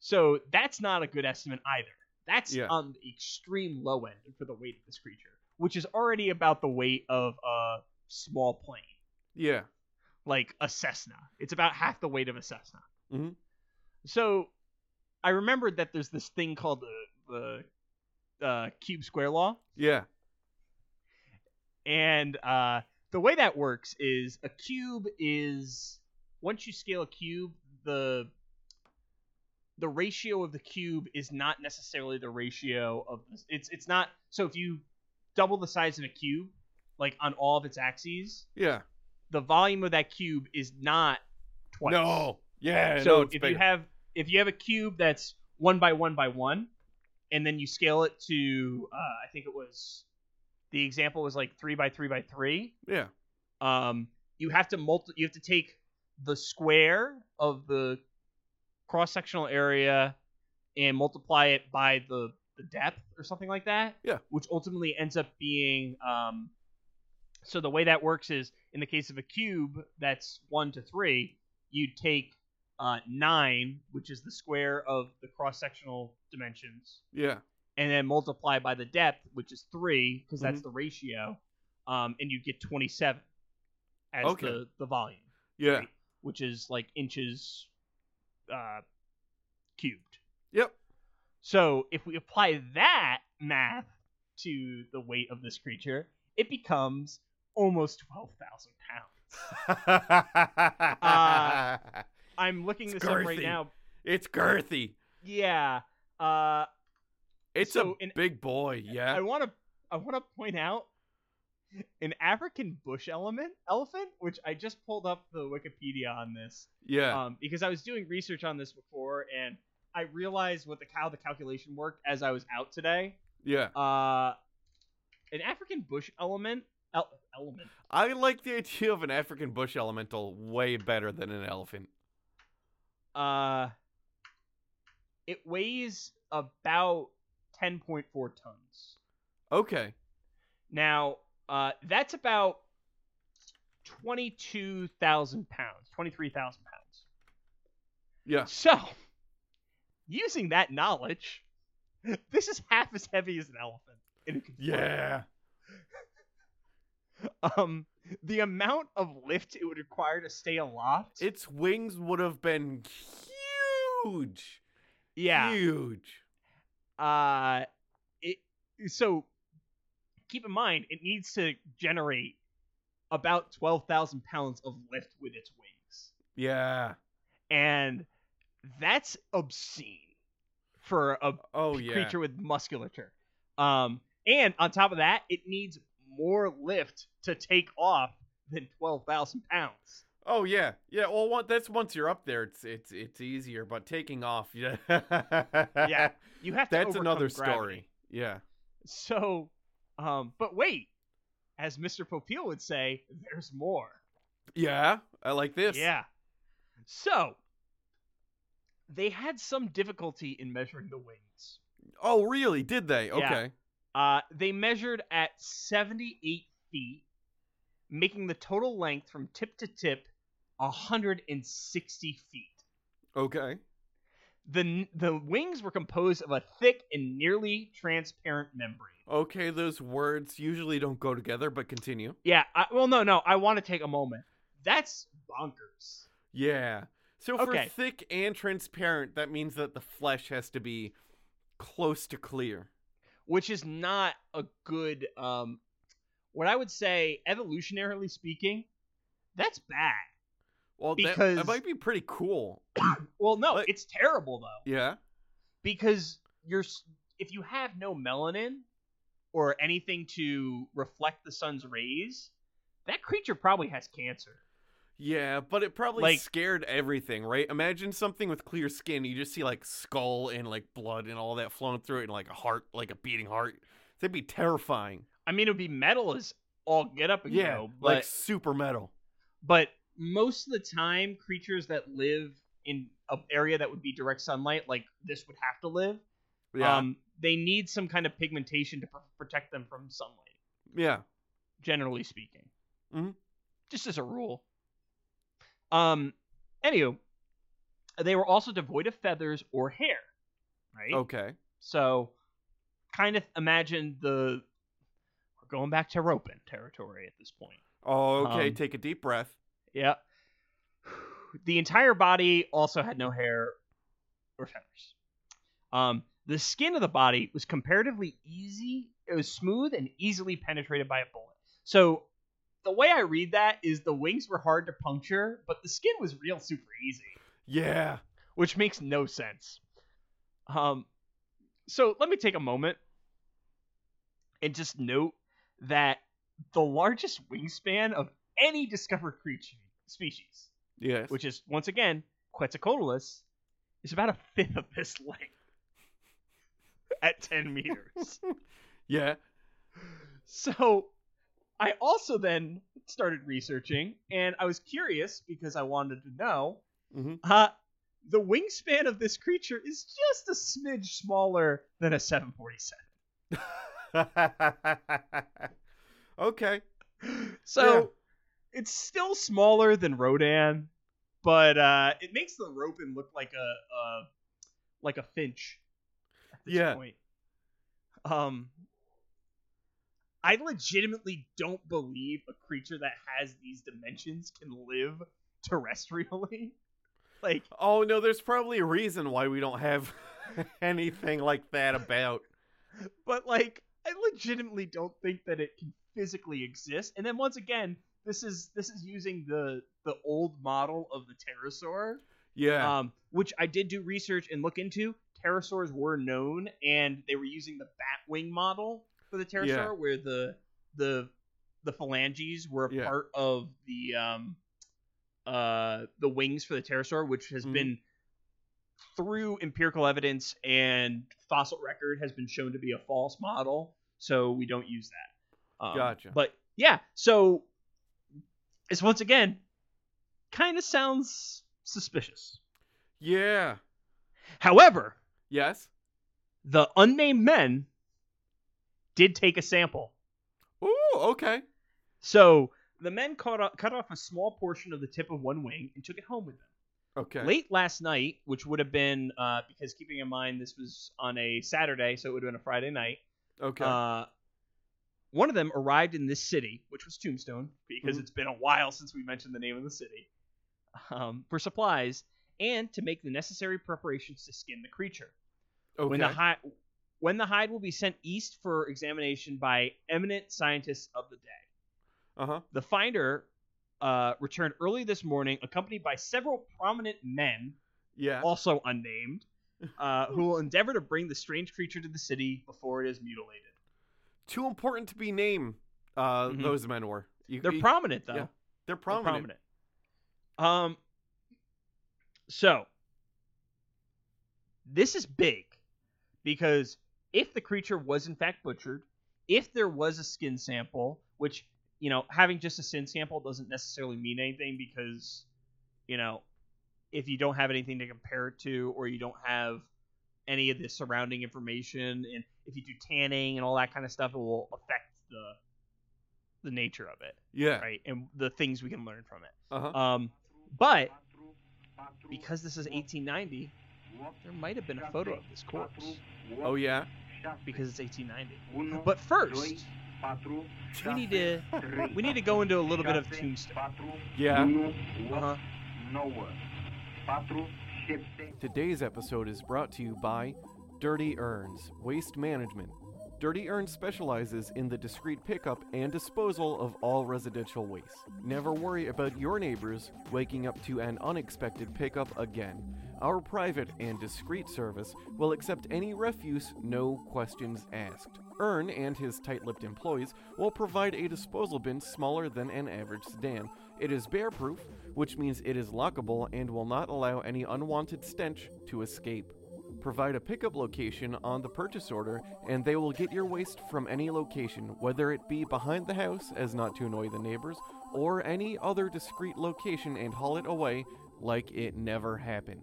So that's not a good estimate either. That's Yeah. on the extreme low end for the weight of this creature, which is already about the weight of a small plane, Yeah. like a Cessna. It's about half the weight of a Cessna. Mhm. So I remembered that there's this thing called the, the uh, cube square law. Yeah. And uh, the way that works is a cube is once you scale a cube, the the ratio of the cube is not necessarily the ratio of it's it's not so if you double the size of a cube like on all of its axes, Yeah. the volume of that cube is not twice. No. Yeah. So no, it's if big. you have if you have a cube that's one by one by one, and then you scale it to uh, I think it was the example was like three by three by three. yeah. Um, you have to multi you have to take the square of the cross sectional area and multiply it by the the depth or something like that. Yeah. Which ultimately ends up being um, so the way that works is in the case of a cube that's one to three, you take uh, nine, which is the square of the cross sectional dimensions, Yeah. and then multiply by the depth, which is three, because that's the ratio, um, and you get twenty seven as Okay. the the volume, Yeah. which is like inches uh, cubed. Yep. So if we apply that math to the weight of this creature, it becomes almost twelve thousand pounds. I'm looking It's Uh, this up right girthy. now. it's girthy. Yeah. Uh, It's So a in- big boy, I yeah. want to I want to point out an African bush element elephant, which I just pulled up the Wikipedia on this yeah. um, because I was doing research on this before and I realized what the how the calculation worked as I was out today. yeah. Uh, an African bush element el- element. I like the idea of an African bush elemental way better than an elephant. Uh, it weighs about ten point four tons. Okay. Now, uh, that's about 22,000 pounds, 23,000 pounds. Yeah. So, using that knowledge, this is half as heavy as an elephant. and it can fly. Yeah. Um, the amount of lift it would require to stay aloft. Its wings would have been huge. yeah. Huge. Uh, it so keep in mind it needs to generate about 12,000 pounds of lift with its wings. Yeah. and that's obscene for a Oh yeah. creature with musculature. Um, and on top of that, it needs more lift to take off than twelve thousand pounds. Oh yeah. Yeah, well one, that's once you're up there it's it's it's easier, but taking off, yeah. yeah. You have to. That's overcome another gravity. story. Yeah. So, um, but wait, as Mister Popeil would say, there's more. Yeah. I like this. Yeah. So they had some difficulty in measuring the wings. Oh, really? Did they? Yeah. Okay. Uh, they measured at 78 feet, making the total length from tip to tip 160 feet. Okay. The, the wings were composed of a thick and nearly transparent membrane. Okay, those words usually don't go together, but continue. Yeah, I, well, no, no, I want to take a moment. That's bonkers. Yeah. So for Okay. thick and transparent, that means that the flesh has to be close to clear. which is not a good um what I would say evolutionarily speaking, that's bad. Well, that, Because- that might be pretty cool. Well, no, But- it's terrible though. Yeah. because you're s- if you have no melanin or anything to reflect the sun's rays, that creature probably has cancer. Yeah, but it probably Like- scared everything, right? Imagine something with clear skin. You just see like skull and like blood and all that flowing through it and like a heart, like a beating heart. That'd be terrifying. I mean, it would be metal as all get up and yeah. go, but like super metal. but most of the time, creatures that live in an area that would be direct sunlight, like this would have to live, Yeah. um, they need some kind of pigmentation to pr- protect them from sunlight. yeah. generally speaking. Mhm. Just as a rule. Um, anywho, they were also devoid of feathers or hair, right? Okay. So, kind of imagine the we're going back to roping territory at this point. Oh, okay. Um, Take a deep breath. Yeah. The entire body also had no hair or feathers. Um, the skin of the body was comparatively easy. It was smooth and easily penetrated by a bullet. So the way I read that is the wings were hard to puncture, but the skin was real super easy, Yeah. which makes no sense. Um, so let me take a moment and just note that the largest wingspan of any discovered creature species Yes. which is once again Quetzalcoatlus, is about a fifth of this length at 10 meters. yeah. so I also then started researching, and I was curious because I wanted to know. Mhm. Uh, the wingspan of this creature is just a smidge smaller than a 747. okay. So Yeah. it's still smaller than Rodan, but uh, it makes the Ropin look like a, a like a finch. At this Yeah. Point. Um, I legitimately don't believe a creature that has these dimensions can live terrestrially. Like, Oh no, there's probably a reason why we don't have anything like that about. but like, I legitimately don't think that it can physically exist. And then once again, this is this is using the the old model of the pterosaur. Yeah. Uh, um, which I did do research and look into. pterosaurs were known, and they were using the Batwing model for the pterosaur, Yeah. where the the the phalanges were a Yeah. part of the um uh the wings for the pterosaur, which has Mhm. been through empirical evidence and fossil record has been shown to be a false model, so we don't use that. Um, Gotcha. But yeah, so it's once again kind of sounds suspicious. Yeah. However, Yes. the unnamed men did take a sample. Ooh. Okay. So the men cut off, cut off a small portion of the tip of one wing and took it home with them. Okay. Late last night, which would have been, uh, because keeping in mind this was on a Saturday, so it would have been a Friday night, Okay. uh, one of them arrived in this city, which was Tombstone, because Mhm. it's been a while since we mentioned the name of the city, um, for supplies and to make the necessary preparations to skin the creature. okay. uh, When the hide when the hide will be sent east for examination by eminent scientists of the day. uh huh. The finder uh, returned early this morning, accompanied by several prominent men, Yeah. also unnamed, uh, who will endeavor to bring the strange creature to the city before it is mutilated. Too important to be named. Uh, Mhm. those men were. You- They're you- prominent though. yeah, They're They're prominent. prominent. Um. So this is big because if the creature was in fact butchered, if there was a skin sample, which you know having just a skin sample doesn't necessarily mean anything because you know if you don't have anything to compare it to or you don't have any of the surrounding information and if you do tanning and all that kind of stuff it will affect the the nature of it Yeah. right and the things we can learn from it Uh huh. um but because this is 1890 there might have been a photo of this corpse oh yeah. because it's 1890 but first we need to we need to go into a little bit of tombstone Yeah. uh-huh. Today's episode is brought to you by Dirty Urns Waste Management. Dirty Urn specializes in the discreet pickup and disposal of all residential waste. Never worry about your neighbors waking up to an unexpected pickup again. Our private and discreet service will accept any refuse, no questions asked. Earn and his tight lipped employees will provide a disposal bin smaller than an average sedan. It is bear proof, which means it is lockable and will not allow any unwanted stench to escape. Provide a pickup location on the purchase order, and they will get your waste from any location, whether it be behind the house, as not to annoy the neighbors, or any other discreet location, and haul it away like it never happened.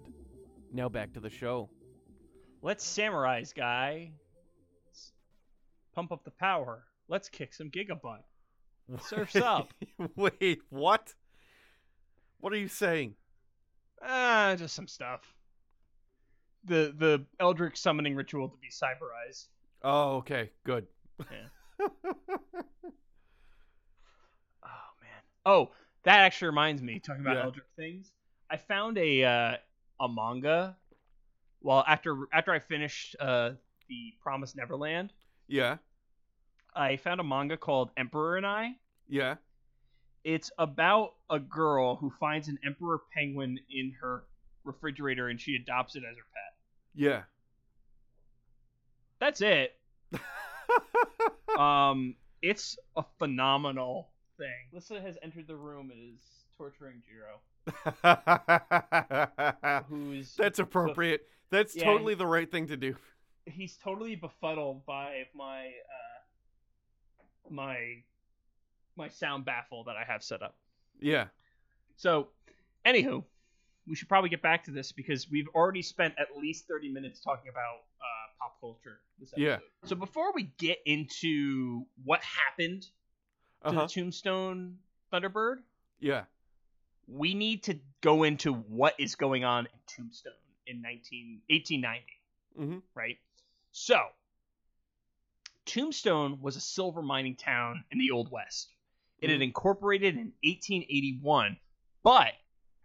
Now back to the show. let's samurai's guy Let's pump up the power let's kick some gigabyte surf's up Wait, what? What are you saying? Ah, just some stuff. The the Eldritch summoning ritual to be cyberized. Oh, okay, good. Oh man. Oh, that actually reminds me. Talking about Yeah. Eldritch things, I found a uh, a manga. Well, after after I finished uh, the Promised Neverland, Yeah, I found a manga called Emperor and I. yeah. It's about a girl who finds an emperor penguin in her refrigerator and she adopts it as her pet. Yeah. That's it. um, it's a phenomenal thing. Lissa has entered the room and is torturing Jiro, who's That's appropriate. That's Yeah. totally the right thing to do. He's totally befuddled by my uh, my my sound baffle that I have set up. Yeah. So, anywho, we should probably get back to this because we've already spent at least thirty minutes talking about uh, pop culture. This episode. Yeah. So before we get into what happened to Uh huh. the Tombstone Thunderbird, Yeah. we need to go into what is going on in Tombstone in 19, 1890, Mm-hmm. right? So, Tombstone was a silver mining town in the Old West. It had incorporated in 1881, but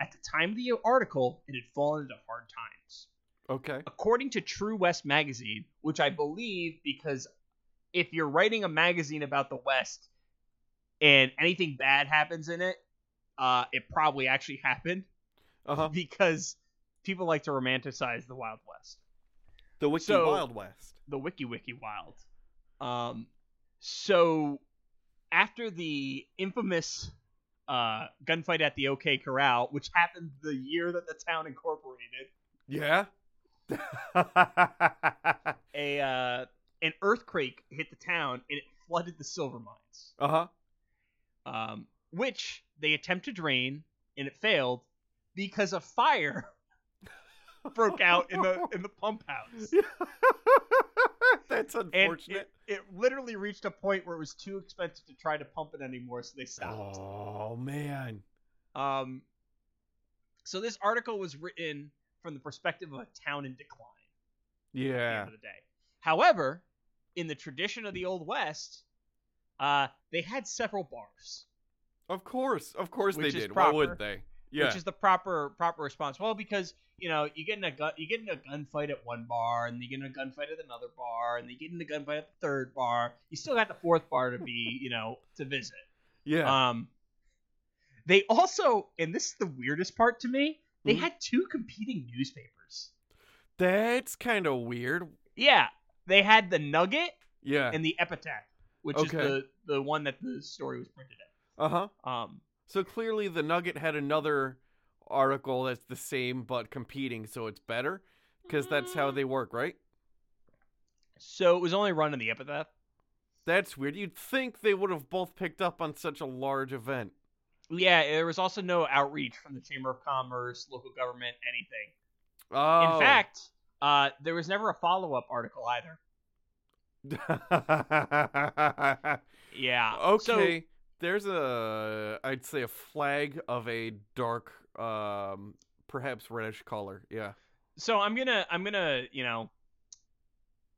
at the time of the article, it had fallen into hard times. Okay. According to True West magazine, which I believe because if you're writing a magazine about the West and anything bad happens in it, uh, it probably actually happened Uh huh. because people like to romanticize the Wild West. The Wiki So- Wild West. the Wiki Wiki Wild. Um, so after the infamous uh, gunfight at the OK Corral, which happened the year that the town incorporated, Yeah. Uh-huh. a uh, an earthquake hit the town and it flooded the silver mines, Uh huh. um, which they attempted to drain and it failed because a fire broke out in the in the pump house. That's And unfortunate. it, it literally reached a point where it was too expensive to try to pump it anymore, so they stopped. oh man. Um, so this article was written from the perspective of a town in decline at the Yeah. end of the day. However, in the tradition of the Old West, uh, they had several bars, Of course. Of course Which they is did. Why proper. would they? Yeah. which is the proper proper response. Well, because you know you get in a gun, you get in a gunfight at one bar, and you get in a gunfight at another bar, and you get in a gunfight at the third bar. You still got the fourth bar to be you know to visit. yeah. Um, they also, and this is the weirdest part to me, they Mhm. had two competing newspapers. That's kind of weird. Yeah, they had the Nugget Yeah. and the Epitaph, which is Okay. the the one that the story was printed Uh huh. in. Um, So clearly the Nugget had another article that's the same but competing, so it's better because that's Mm-hmm. how they work, right? so it was only run in the Epitaph. That's weird. You'd think they would have both picked up on such a large event. Yeah, there was also no outreach from the Chamber of Commerce, local government, anything. Oh. In fact, uh, there was never a follow up article either. fact. Yeah. So, okay. There's a, I'd say, a flag of a dark, um, perhaps reddish color. Yeah. so i'm gonna i'm gonna you know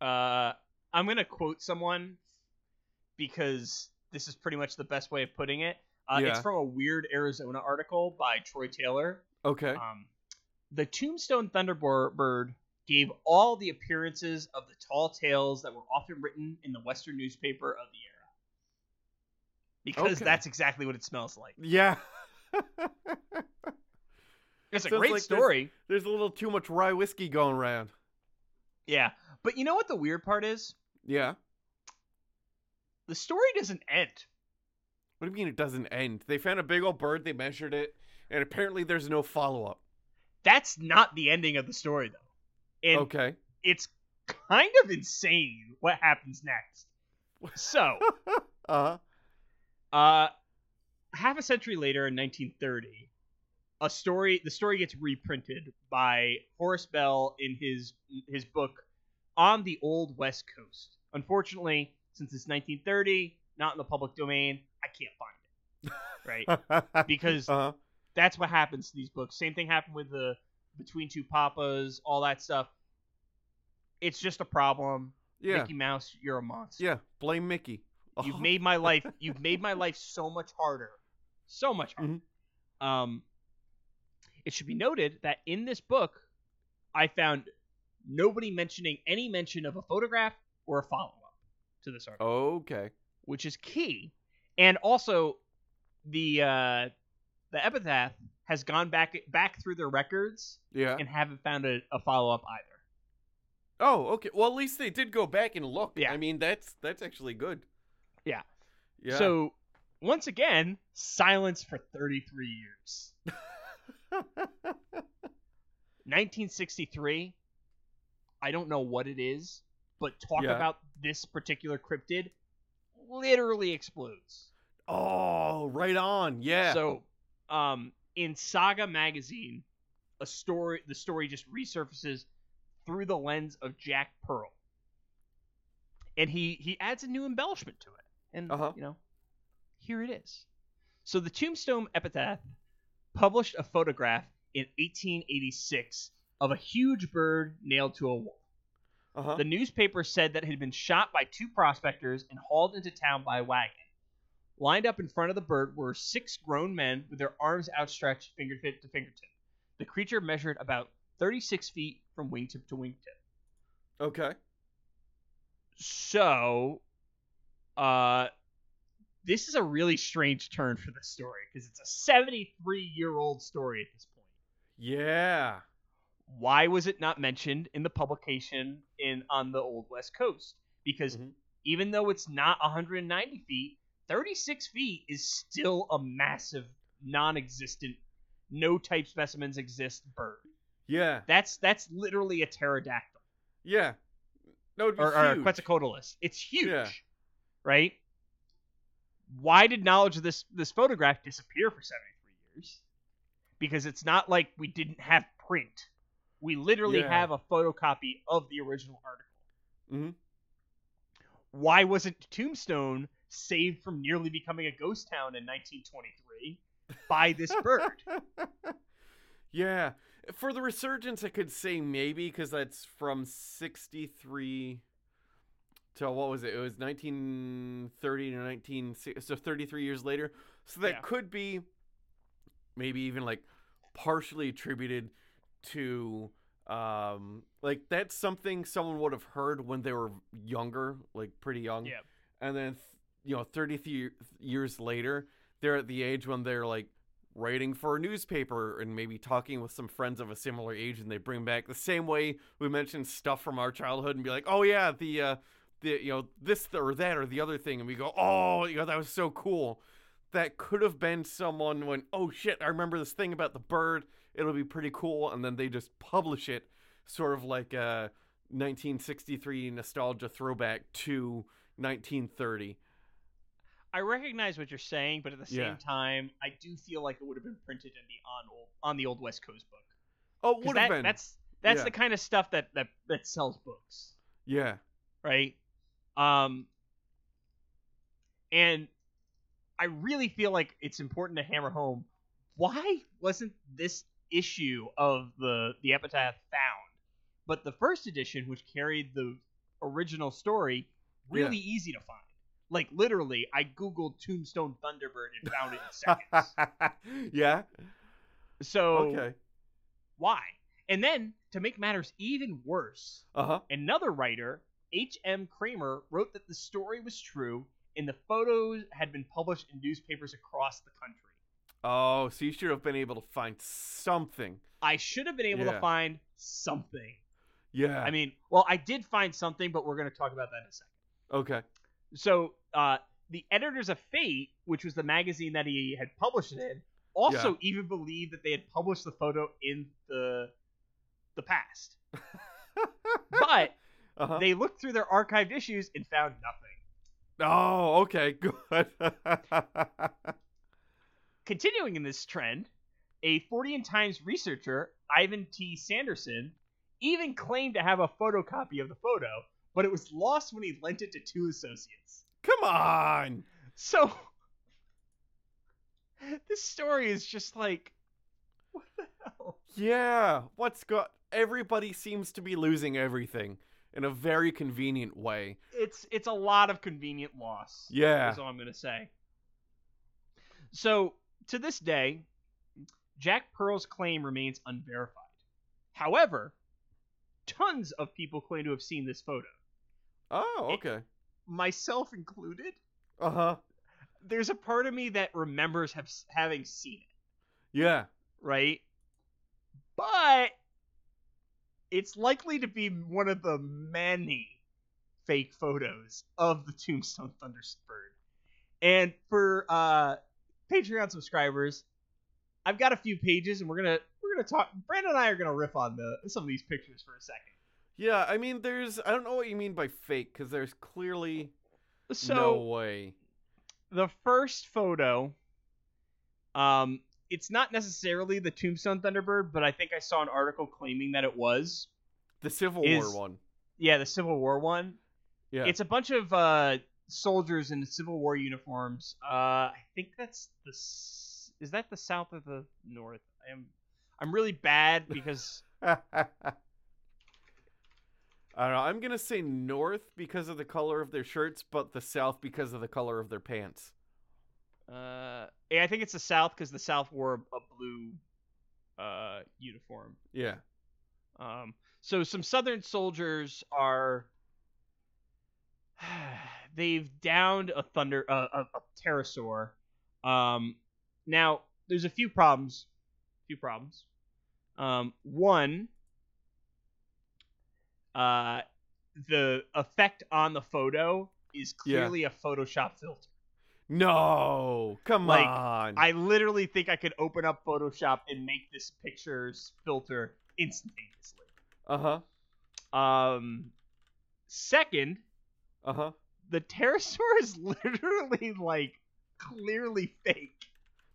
uh i'm gonna quote someone because this is pretty much the best way of putting it uh, it's Yeah. from a weird arizona article by troy taylor Okay. um, the tombstone thunderbird gave all the appearances of the tall tales that were often written in the western newspaper of the era because Okay. that's exactly what it smells like yeah. it's a Sounds great like this- story There's a little too much rye whiskey going around. yeah but you know what the weird part is Yeah. the story doesn't end What do you mean it doesn't end? They found a big old bird, they measured it, and apparently there's no follow up. that's not the ending of the story though and Okay. it's kind of insane what happens next so Uh uh half a century later in 1930 a story the story gets reprinted by horace bell in his his book on the old west coast unfortunately since it's 1930 not in the public domain i can't find it right huh. because uh huh. that's what happens to these books. Same thing happened with the Between Two Papas, all that stuff. It's just a problem. Yeah. Mickey Mouse, you're a monster. Yeah. Blame Mickey. You've Oh, made my life you've made my life so much harder. So much harder. Mm-hmm. Um it should be noted that in this book I found nobody mentioning any mention of a photograph or a follow-up to this article Okay. which is key. And also, the uh, the epitaph has gone back back through their records Yeah. and haven't found a, a follow up either. Oh, okay. Well, at least they did go back and look. Yeah. I mean, that's that's actually good. Yeah. Yeah. So once again, silence for 33 years. 1963. I don't know what it is, but talk Yeah. about this particular cryptid literally explodes. oh, right on. Yeah. So, um, in Saga magazine, a story the story just resurfaces through the lens of Jack Pearl, and he he adds a new embellishment to it, and Uh-huh. you know, here it is. So the Tombstone Epitaph published a photograph in 1886 of a huge bird nailed to a wall. uh-huh. The newspaper said that it had been shot by two prospectors and hauled into town by wagon. Lined up in front of the bird were six grown men with their arms outstretched fingertip to fingertip. The creature measured about 36 feet from wingtip to wingtip. okay. So, uh, this is a really strange turn for this story because it's a 73 year old story at this point. Yeah. why was it not mentioned in the publication in on the old west coast because Mhm. even though it's not 190 feet 36 feet is still a massive non-existent no type specimens exist bird Yeah. that's that's literally a pterodactyl Yeah. No, it's or, or a huge. quetzalcoatlus it's huge Yeah. right why did knowledge of this this photograph disappear for 73 years because it's not like we didn't have print we literally Yeah. have a photocopy of the original article Mhm. why wasn't tombstone saved from nearly becoming a ghost town in 1923 by this bird yeah. For the resurgence, I could say maybe because that's from 63 to what was it? It was 1930 to 19, so 33 years later. So that Yeah. could be maybe even like partially attributed to um like that's something someone would have heard when they were younger like pretty young Yep. and then th- you know 30 th- years later they're at the age when they're like writing for a newspaper and maybe talking with some friends of a similar age and they bring back the same way we mentioned stuff from our childhood and be like oh yeah the uh the you know this th- or that or the other thing and we go oh you know that was so cool that could have been someone when oh shit i remember this thing about the bird it'll be pretty cool and then they just publish it sort of like a 1963 nostalgia throwback to 1930 I recognize what you're saying, but at the same Yeah. time, I do feel like it would have been printed in the on old on the old West Coast book. oh 'Cause would that- have been That's that's Yeah. the kind of stuff that that that sells books, yeah right? Um, and I really feel like it's important to hammer home why wasn't this issue of the the epitaph found, but the first edition, which carried the original story, really easy to find. Like literally, I googled Tombstone Thunderbird and found it in seconds. yeah So okay why? And then to make matters even worse, uh-huh another writer, H.M. Kramer, wrote that the story was true and the photos had been published in newspapers across the country. oh so you should have been able to find something I should have been able Yeah. to find something. yeah I mean, well, I did find something, but we're going to talk about that in a second. okay So, uh, the editors of Fate, which was the magazine that he had published it in, also even believed that they had published the photo in the the past. but uh-huh they looked through their archived issues and found nothing. oh okay good Continuing in this trend, a 40 and Times researcher, Ivan T. Sanderson, even claimed to have a photocopy of the photo, but it was lost when he lent it to two associates. come on So, this story is just like, what the hell? Yeah, what's got everybody seems to be losing everything in a very convenient way. It's it's a lot of convenient loss. Yeah. is all I'm gonna say. So to this day, Jack Pearl's claim remains unverified. However, tons of people claim to have seen this photo, Oh, okay. myself included. Uh huh. There's a part of me that remembers have, having seen it, Yeah. right? But it's likely to be one of the many fake photos of the Tombstone Thunderbird. And for uh, Patreon subscribers, I've got a few pages, and we're gonna we're gonna talk. Brandon and I are gonna riff on the some of these pictures for a second. Yeah, I mean, there's. I don't know what you mean by fake, because there's clearly So no way. the first photo, um, it's not necessarily the Tombstone Thunderbird, but I think I saw an article claiming that it was. The Civil is- War one. Yeah, the Civil War one. Yeah. It's a bunch of uh, soldiers in Civil War uniforms. Uh, I think that's the. s- Is that the South or the North? I'm I'm really bad because I don't know. I'm gonna say North because of the color of their shirts, but the South because of the color of their pants. uh, yeah, I think it's the South because the South wore a, a blue uh, uniform. Yeah. Um, so some Southern soldiers are. They've downed a thunder uh, a, a pterosaur. Um, now there's a few problems. Few problems. Um, one, uh, the effect on the photo is Yeah. clearly a Photoshop filter. No, come Like, on. I literally think I could open up Photoshop and make this picture's filter instantaneously. Uh huh. Um, second, Uh huh. the pterosaur is literally like clearly fake.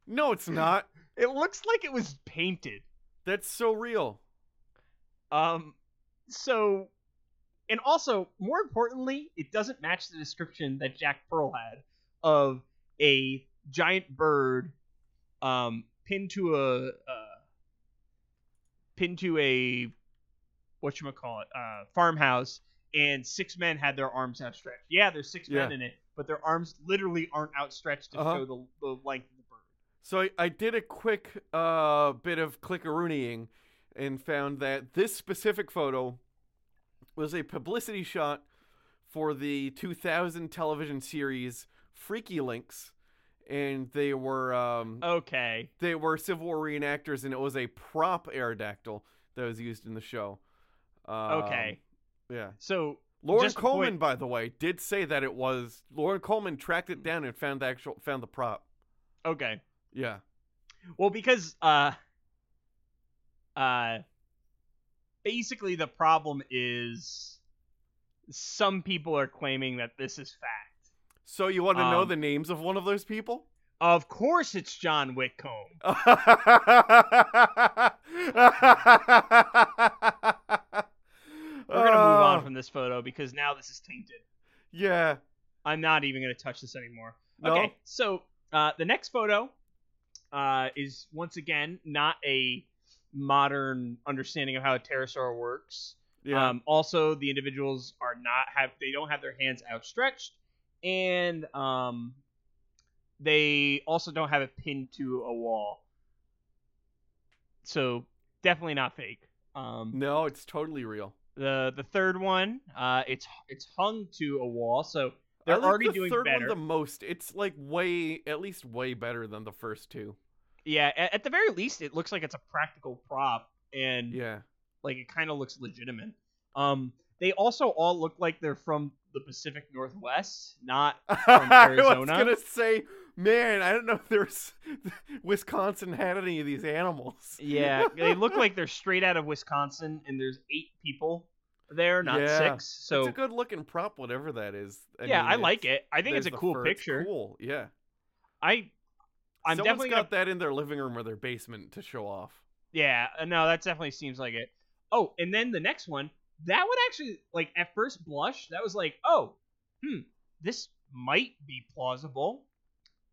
No, it's not. It looks like it was painted. That's so real. Um, so, and also, more importantly, it doesn't match the description that Jack Pearl had of a giant bird, um, pinned to a, uh, pinned to a, what you call it, uh, farmhouse, and six men had their arms outstretched. Yeah, there's six men Yeah. in it, but their arms literally aren't outstretched to Uh-huh. show the, the length of the bird. So I, I did a quick uh, bit of clickerooning and found that this specific photo was a publicity shot for the 2000 television series Freaky Links, and they were um, Oh. Okay. they were Civil War reenactors, and it was a prop aerodactyl that was used in the show. Um, Okay. Yeah. So Lauren Just a Coleman, point- by the way, did say that it was Lauren Coleman tracked Mm. it down and found the actual found the prop. okay. Yeah. Well, because uh, uh, basically the problem is some people are claiming that this is fact. So you want to know Um, the names of one of those people? Of course, it's John Whitcomb. We're We're gonna move Ah. on from this photo because now this is tainted. Uh, Yeah. I'm not even gonna touch this anymore. No? Okay, so uh, the next photo uh, is once again not a modern understanding of how a pterosaur works. Yeah. Um, also, the individuals are not have they don't have their hands outstretched, and um, they also don't have it pinned to a wall. So definitely not fake. Um, no, it's totally real. the the third one, uh, it's it's hung to a wall, so they're I like already the doing third better. one the most. It's like way, at least way better than the first two. Yeah, at, at the very least, it looks like it's a practical prop, and Yeah. like it kind of looks legitimate. Um, they also all look like they're from the Pacific Northwest, not I was Arizona? gonna say, man, I don't know if there's Wisconsin had any of these animals. Yeah, they look like they're straight out of Wisconsin, and there's eight people there, not Yeah. six. So it's a good looking prop, whatever that is. yeah, mean, I like it's- it. I think it's a there's the cool fur, it's picture. Cool. Yeah. I, I'm Someone's definitely got gonna- that in their living room or their basement to show off. yeah. uh, No, that definitely seems like it. Oh, and then the next one, that would actually like at first blush, that was like, oh, hmm, this might be plausible,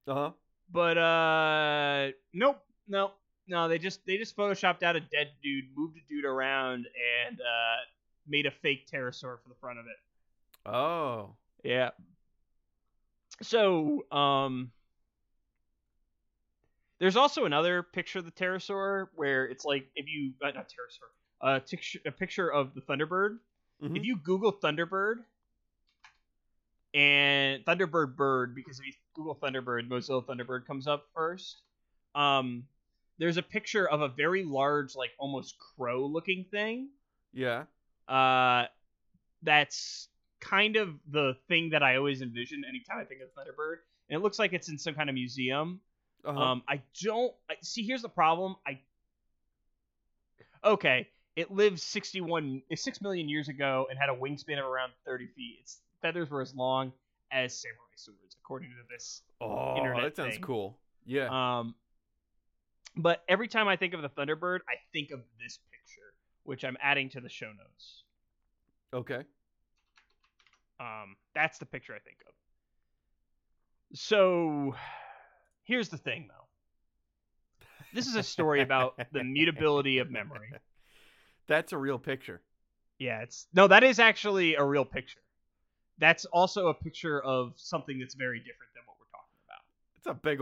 Uh huh. but uh, nope, no, no. They just they just photoshopped out a dead dude, moved a dude around, and uh, made a fake pterosaur for the front of it. Oh. Yeah. So, um there's also another picture of the pterosaur where it's like if you uh, not pterosaur, uh, tic- a picture of the thunderbird. Mhm. If you Google thunderbird and thunderbird bird, because if you Google thunderbird, Mozilla Thunderbird comes up first. Um, there's a picture of a very large, like almost crow-looking thing Yeah. uh, that's kind of the thing that I always envision anytime I think of Thunderbird. And it looks like it's in some kind of museum. Uh-huh. Um, I don't I, see. Here's the problem. I okay. It lived 61, uh, six million years ago and had a wingspan of around 30 feet. Its feathers were as long as samurai swords, according to this oh, internet that sounds thing. cool. Yeah. um, but every time I think of the Thunderbird, I think of this picture, which I'm adding to the show notes. okay. Um, that's the picture I think of. So, here's the thing, though. This is a story about the mutability of memory. That's a real picture. Yeah, it's no, that is actually a real picture. That's also a picture of something that's very different than what we're talking about. It's a big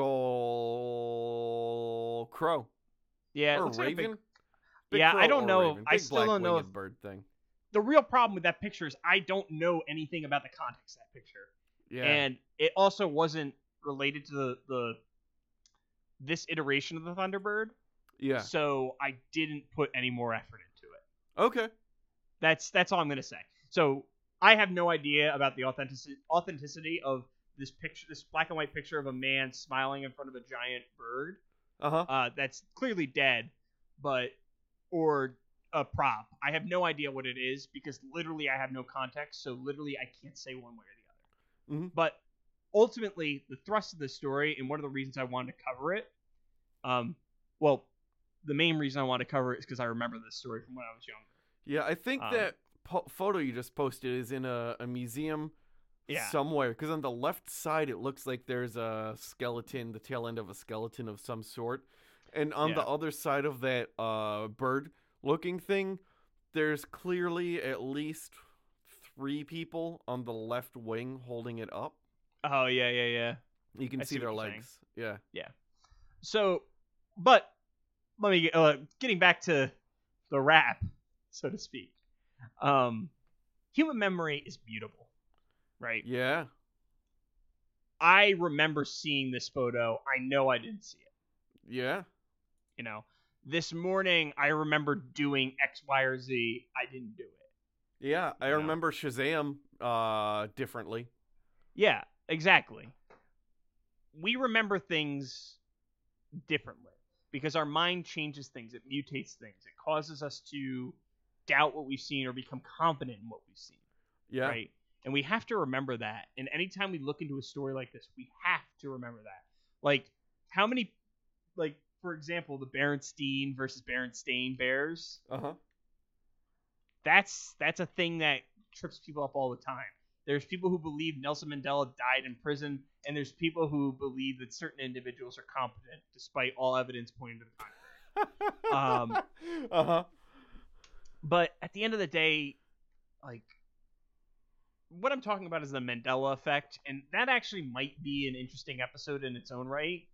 ol' crow Yeah, it or looks like a big- raven. Yeah, I crow don't or know. raven. I Big still don't know black-winged if- bird thing. the real problem with that picture is I don't know anything about the context of that picture. Yeah. and it also wasn't related to the, the this iteration of the Thunderbird. yeah. So I didn't put any more effort into it. Okay. That's that's all I'm gonna say. So I have no idea about the authenticity authenticity of this picture, this black and white picture of a man smiling in front of a giant bird. Uh huh. Uh, that's clearly dead, but or a prop. I have no idea what it is because literally I have no context, so literally I can't say one way or the other. Mhm. But ultimately, the thrust of the story and one of the reasons I wanted to cover it, um, well, the main reason I wanted to cover it is because I remember this story from when I was younger. Yeah, I think Um, that po- photo you just posted is in a, a museum Yeah. somewhere because on the left side it looks like there's a skeleton, the tail end of a skeleton of some sort, and on the Yeah. other side of that uh, bird-looking thing, there's clearly at least three people on the left wing holding it up. Oh yeah, yeah, yeah. You can I see, see their what you're saying. legs. Yeah. So, but let me get- uh, getting back to the rap, so to speak. Um, human memory is beautiful, right? Yeah. I remember seeing this photo. I know I didn't see it. Yeah. You know, this morning I remember doing X, Y, or Z. I didn't do it. Yeah. I You know. remember Shazam uh, differently. Yeah, exactly. We remember things differently because our mind changes things, it mutates things, it causes us to doubt what we've seen or become confident in what we've seen, Yeah. right? And we have to remember that. And anytime we look into a story like this, we have to remember that. Like, how many, like, for example, the Berenstain versus Berenstain Bears, Uh huh. that's that's a thing that trips people up all the time. There's people who believe Nelson Mandela died in prison, and there's people who believe that certain individuals are competent despite all evidence pointing to the contrary. Um, uh huh. But at the end of the day, like what I'm talking about is the Mandela effect, and that actually might be an interesting episode in its own right.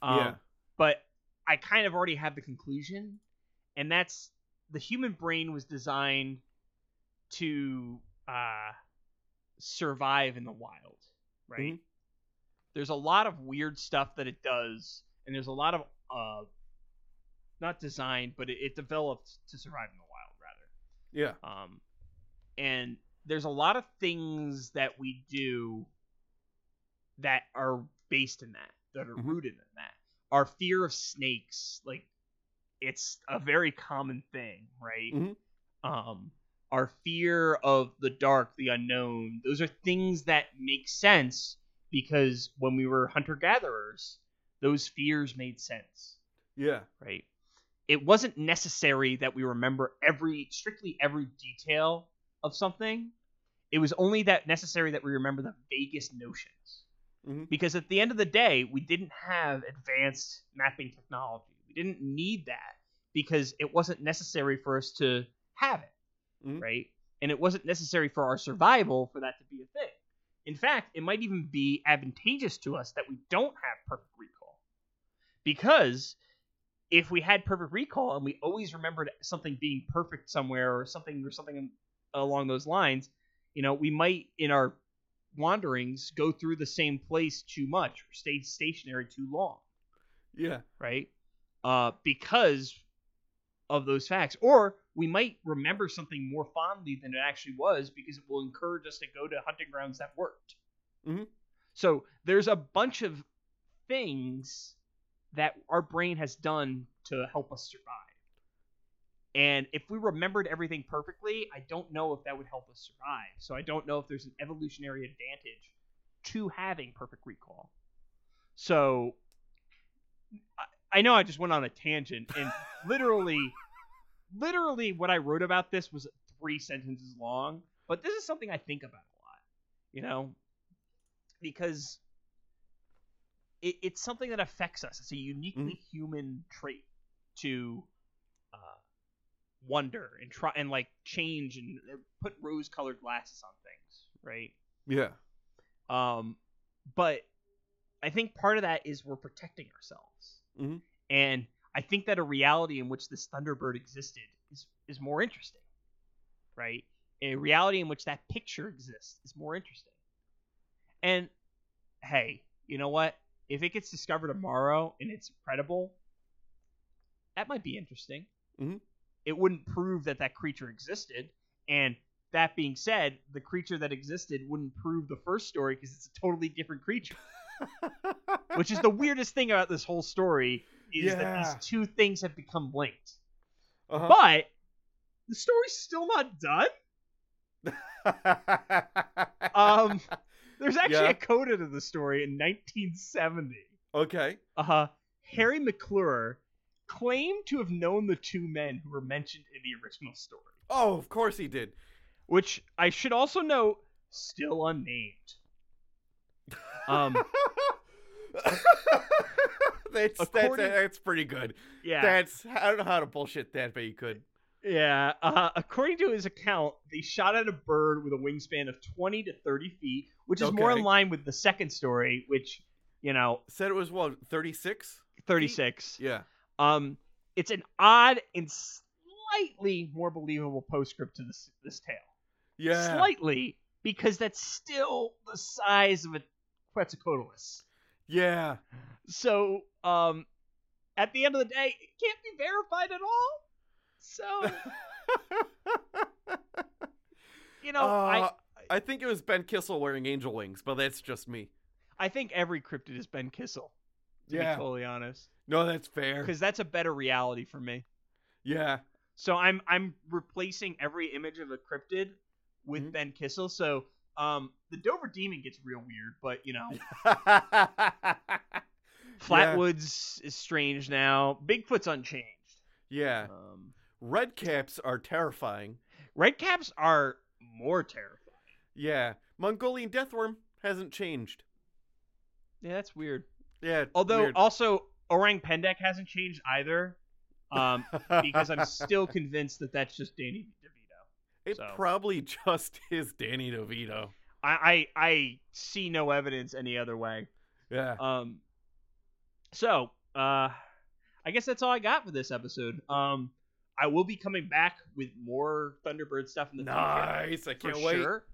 Um, Yeah. But I kind of already have the conclusion, and that's the human brain was designed to uh, survive in the wild, right? Mhm. There's a lot of weird stuff that it does, and there's a lot of uh, not designed, but it, it developed to survive in the wild, rather. Yeah. Um, and there's a lot of things that we do that are based in that, that are Mhm. rooted in that. Our fear of snakes, like, it's a very common thing, right? Mhm. Um, our fear of the dark, the unknown, those are things that make sense because when we were hunter gatherers, those fears made sense Yeah. right? It wasn't necessary that we remember every strictly every detail of something. It was only that necessary that we remember the vaguest notions. Mhm. Because at the end of the day, we didn't have advanced mapping technology. We didn't need that because it wasn't necessary for us to have it, Mhm. right? And it wasn't necessary for our survival for that to be a thing. In fact, it might even be advantageous to us that we don't have perfect recall. Because if we had perfect recall and we always remembered something being perfect somewhere or something or something along those lines, you know, we might in our wanderings go through the same place too much or stay stationary too long, Yeah. right? Uh, because of those facts, or we might remember something more fondly than it actually was because it will encourage us to go to hunting grounds that worked. Mhm. So there's a bunch of things that our brain has done to help us survive. And if we remembered everything perfectly, I don't know if that would help us survive. So I don't know if there's an evolutionary advantage to having perfect recall. So I- I know I just went on a tangent and literally literally what I wrote about this was 3 sentences long, but this is something I think about a lot. You know, because it, it's something that affects us. It's a uniquely human trait to uh, wonder and try and like change and uh, put rose-colored glasses on things, right? Yeah. Um, but I think part of that is we're protecting ourselves, Mhm. and I think that a reality in which this Thunderbird existed is is more interesting, right? A reality in which that picture exists is more interesting. And hey, you know what? If it gets discovered tomorrow and it's credible, that might be interesting. Mhm. It wouldn't prove that that creature existed. And that being said, the creature that existed wouldn't prove the first story because it's a totally different creature. Which is the weirdest thing about this whole story is that Yeah. these two things have become linked. Uh-huh. But the story's still not done. Um, there's actually Yeah. a coda to the story in 1970. okay. Uh huh. Uh-huh. Harry McClure claimed to have known the two men who were mentioned in the original story, Oh, of course he did. which I should also note, still unnamed. Um, that's, that's According- that's pretty good. yeah. That's I don't know how to bullshit that, but you could. Yeah, uh, according to his account, they shot at a bird with a wingspan of 20 to 30 feet, which is more Okay. in line with the second story, which, you know, Said it was what thirty six. 36. Yeah. Um, it's an odd and slightly more believable postscript to this this tale. Yeah. Slightly, because that's still the size of a Quetzalcoatlus. Yeah. So, um, at the end of the day, it can't be verified at all. So, you know, I, Uh, I think it was Ben Kissel wearing angel wings, but that's just me. I think every cryptid is Ben Kissel. To Yeah. be totally honest, No, that's fair. because that's a better reality for me. Yeah. So I'm I'm replacing every image of a cryptid with Mhm. Ben Kissel. So um, the Dover Demon gets real weird, but you know, Flatwoods is strange now. Bigfoot's unchanged. yeah. Um, Red caps are terrifying. Redcaps are more terrifying. Yeah. Mongolian deathworm hasn't changed. Yeah, that's weird. Yeah. Although weird. also Orang Pendek hasn't changed either. Um, because I'm still convinced that that's just Danny DeVito. it so. probably just is Danny DeVito. I, I I see no evidence any other way. Yeah. Um, so uh, I guess that's all I got for this episode. Um, I will be coming back with more Thunderbird stuff in the nice. I future can't for wait. sure.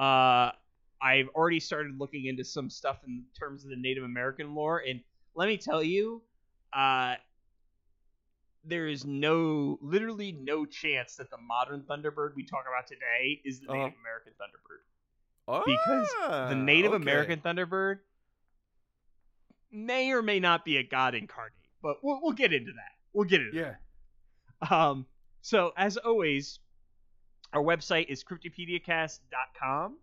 Uh, I've already started looking into some stuff in terms of the Native American lore, and let me tell you, uh, there is no, literally no chance that the modern Thunderbird we talk about today is the Uh-huh. Native American Thunderbird because Ah, the Native okay. American Thunderbird may or may not be a god incarnate, but we'll, we'll get into that. We'll get into Yeah. that. Um, so, as always, our website is cryptopediacast.com.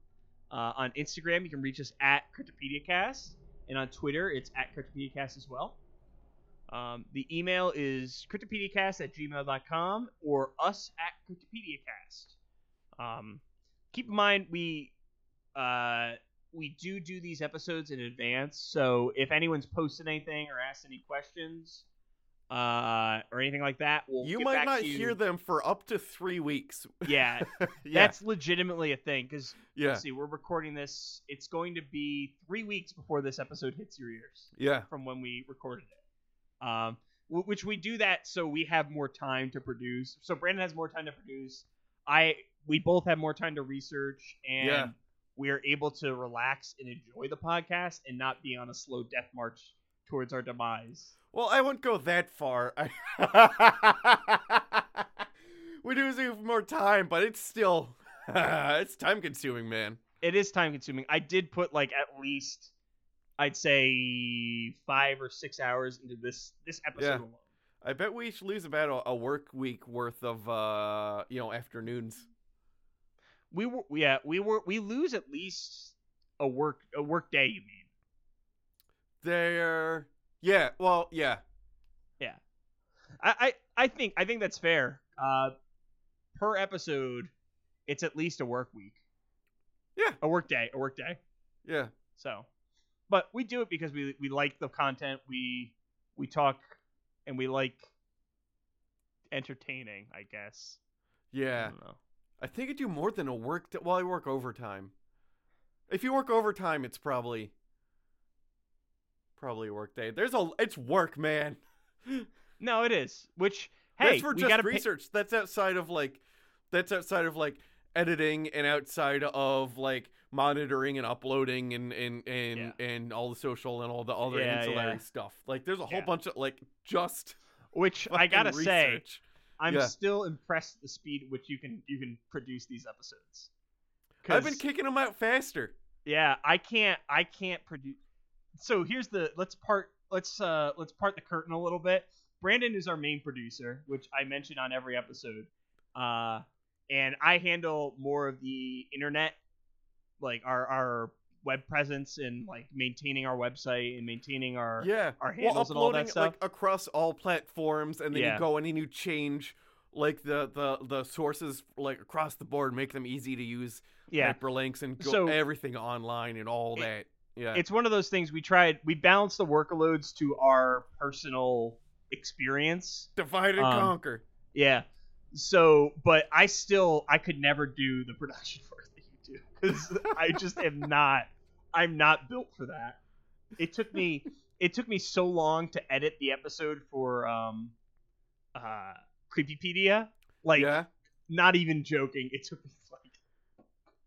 Uh, on Instagram, you can reach us at cryptopediacast, and on Twitter, it's at cryptopediacast as well. Um, the email is cryptopediacast at gmail.com or us at cryptopediacast. Um, keep in mind, we uh, we do do these episodes in advance. So if anyone's posted anything or asked any questions uh, or anything like that, we'll You get might back not to you. hear them for up to three weeks. Yeah, yeah. that's legitimately a thing because yeah. let's see, we're recording this. It's going to be three weeks before this episode hits your ears Yeah. from when we recorded it. Um, wh- which we do that so we have more time to produce. So Brandon has more time to produce. I we both have more time to research, and Yeah. we are able to relax and enjoy the podcast and not be on a slow death march towards our demise. Well, I wouldn't go that far. I- we do have more time, but it's still it's time consuming, man. It is time consuming. I did put like at least I'd say five or six hours into this this episode Yeah. alone. I bet we should lose about a, a work week worth of uh, you know, afternoons. We were yeah we were we lose at least a work a work day. You mean? There Yeah, well, yeah. I, I I think I think that's fair. Uh, per episode, it's at least a work week. Yeah. a work day, a work day. Yeah. So, but we do it because we we like the content. We we talk and we like entertaining. I guess. I Yeah. don't know. I think I do more than a work day. Well, I work overtime. If you work overtime, it's probably probably a work day. There's a it's work, man. No, it is. Which hey, that's for we just gotta pay- research. That's outside of like, that's outside of like editing and outside of like monitoring and uploading and and and and all the social and all the other Yeah, ancillary yeah. stuff. Like, there's a whole Yeah. bunch of like just which I fucking gotta say, research. I'm Yeah. still impressed at the speed at which you can you can produce these episodes. I've been 'Cause- kicking them out faster. yeah, I can't I can't produce. So here's the let's part let's uh let's part the curtain a little bit. Brandon is our main producer, which I mention on every episode. Uh and I handle more of the internet like our our web presence and like maintaining our website and maintaining our Yeah. our Well, handles and all that uploading, stuff. like across all platforms, and then Yeah. you go and then you change like the the the sources like across the board, make them easy to use, yeah. hyperlinks, and go So- everything online and all It- that. Yeah, it's one of those things we tried we balanced the workloads to our personal experience divide and um, conquer. yeah so but i still i could never do the production work that you do because i just am not i'm not built for that it took me it took me so long to edit the episode for um uh creepypedia like yeah, not even joking it took me like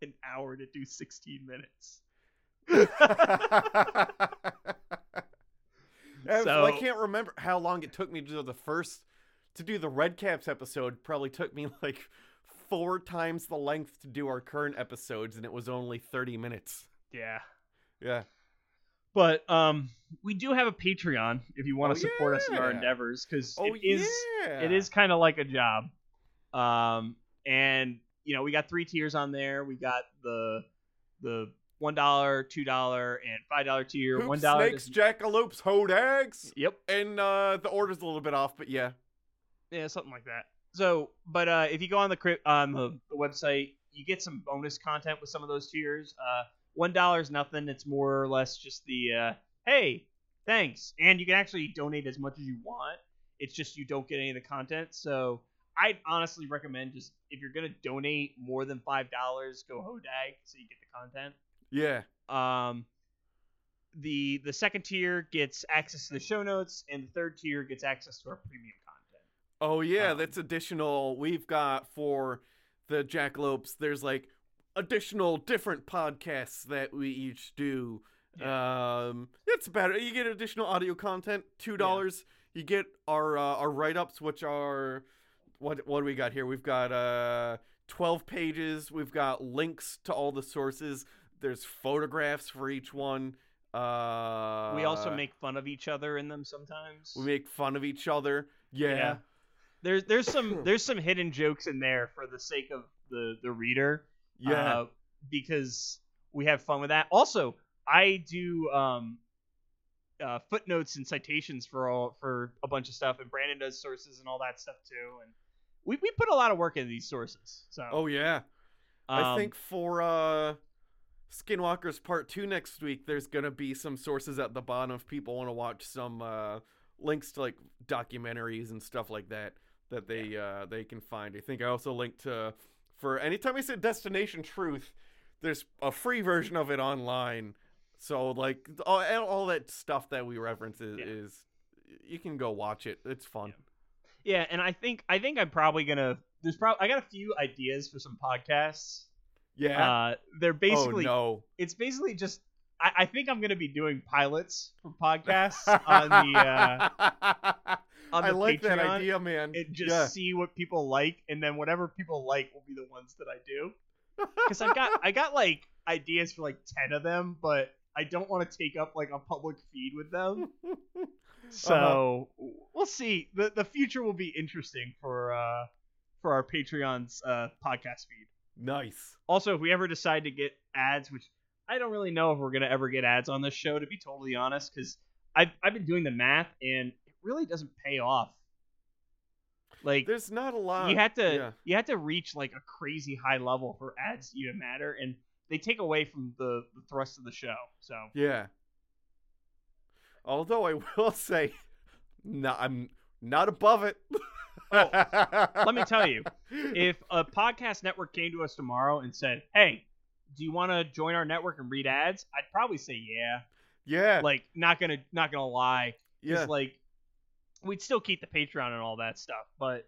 an hour to do 16 minutes Yeah, so I So- can't remember how long it took me to do the first to do the Red Caps episode. Probably took me like four times the length to do our current episodes, and it was only thirty minutes. yeah Yeah, But um, we do have a Patreon if you want Oh, to support us in our yeah. endeavors because oh it is yeah, it is kind of like a job. Um, and you know we got three tiers on there. We got the the one dollar, two dollar, and five dollar tier. Hoop One dollar. snakes, jackalopes, hodags, Yep. and uh, the order's a little bit off, but yeah, Yeah, something like that. So, but uh, if you go on the cri- on the, the website, you get some bonus content with some of those tiers. Uh, One dollar is nothing. It's more or less just the uh, hey, thanks, and you can actually donate as much as you want. It's just you don't get any of the content. So, I'd honestly recommend just if you're gonna donate more than five dollars, go Hodag so you get the content. yeah. Um, the the second tier gets access to the show notes, and the third tier gets access to our premium content. Oh yeah, Um, that's additional. We've got for the jackalopes. There's like additional different podcasts that we each do. Um, it's better. You get additional audio content. Two dollars. You get our uh, our write ups, which are what what do we got here? We've got uh twelve pages. We've got links to all the sources. There's photographs for each one. Uh, we also make fun of each other in them sometimes. we make fun of each other. Yeah. Yeah. there's there's some there's some hidden jokes in there for the sake of the the reader. Yeah. uh, because we have fun with that. Also, I do um, uh, footnotes and citations for all for a bunch of stuff, and Brandon does sources and all that stuff too. And we we put a lot of work into these sources. So oh yeah. I um, think for uh Skinwalkers Part 2 next week there's going to be some sources at the bottom if people want to watch some uh links to like documentaries and stuff like that that they uh they can find. I think I also linked to for anytime I said Destination Truth there's a free version of it online. So like all, and all that stuff that we reference is, Yeah. is you can go watch it. It's fun. yeah, and I think I think I'm probably gonna there's probably I got a few ideas for some podcasts. Yeah. Uh, they're basically oh it's basically just I, I think I'm gonna be doing pilots for podcasts no. on the uh on I the like that Patreon, idea, man. and just yeah. see what people like and then whatever people like will be the ones that I do. Because I've got I got like ideas for like ten of them, but I don't want to take up like a public feed with them. So we'll see. The the future will be interesting for uh for our Patreon's uh podcast feed. Nice. Also, if we ever decide to get ads, which I don't really know if we're gonna ever get ads on this show, to be totally honest, because I've I've been doing the math and it really doesn't pay off. Like There's not a lot. you had to yeah. you had to reach like a crazy high level for ads to even matter, and they take away from the, the thrust of the show. So Yeah. Although I will say, no, I'm not above it. let me tell you, if a podcast network came to us tomorrow and said, "Hey, do you want to join our network and read ads?" I'd probably say, "Yeah." yeah, Like not gonna not gonna lie. yeah, Cause, like we'd still keep the Patreon and all that stuff, but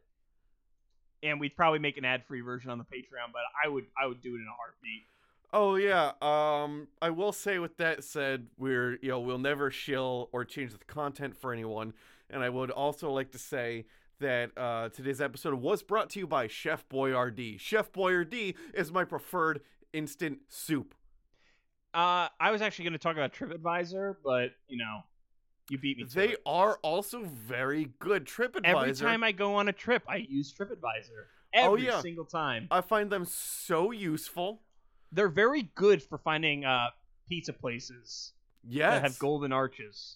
and we'd probably make an ad free version on the Patreon, but I would I would do it in a heartbeat. oh yeah. Um, I will say with that said, we're you know we'll never shill or change the content for anyone, and I would also like to say that uh, today's episode was brought to you by Chef Boyardee. Chef Boyardee is my preferred instant soup. Uh, I was actually going to talk about TripAdvisor, but you know, you beat me. To They it. are also very good. TripAdvisor. every time I go on a trip, I use TripAdvisor every Oh, yeah. single time. I find them so useful. They're very good for finding uh pizza places Yes. that have golden arches.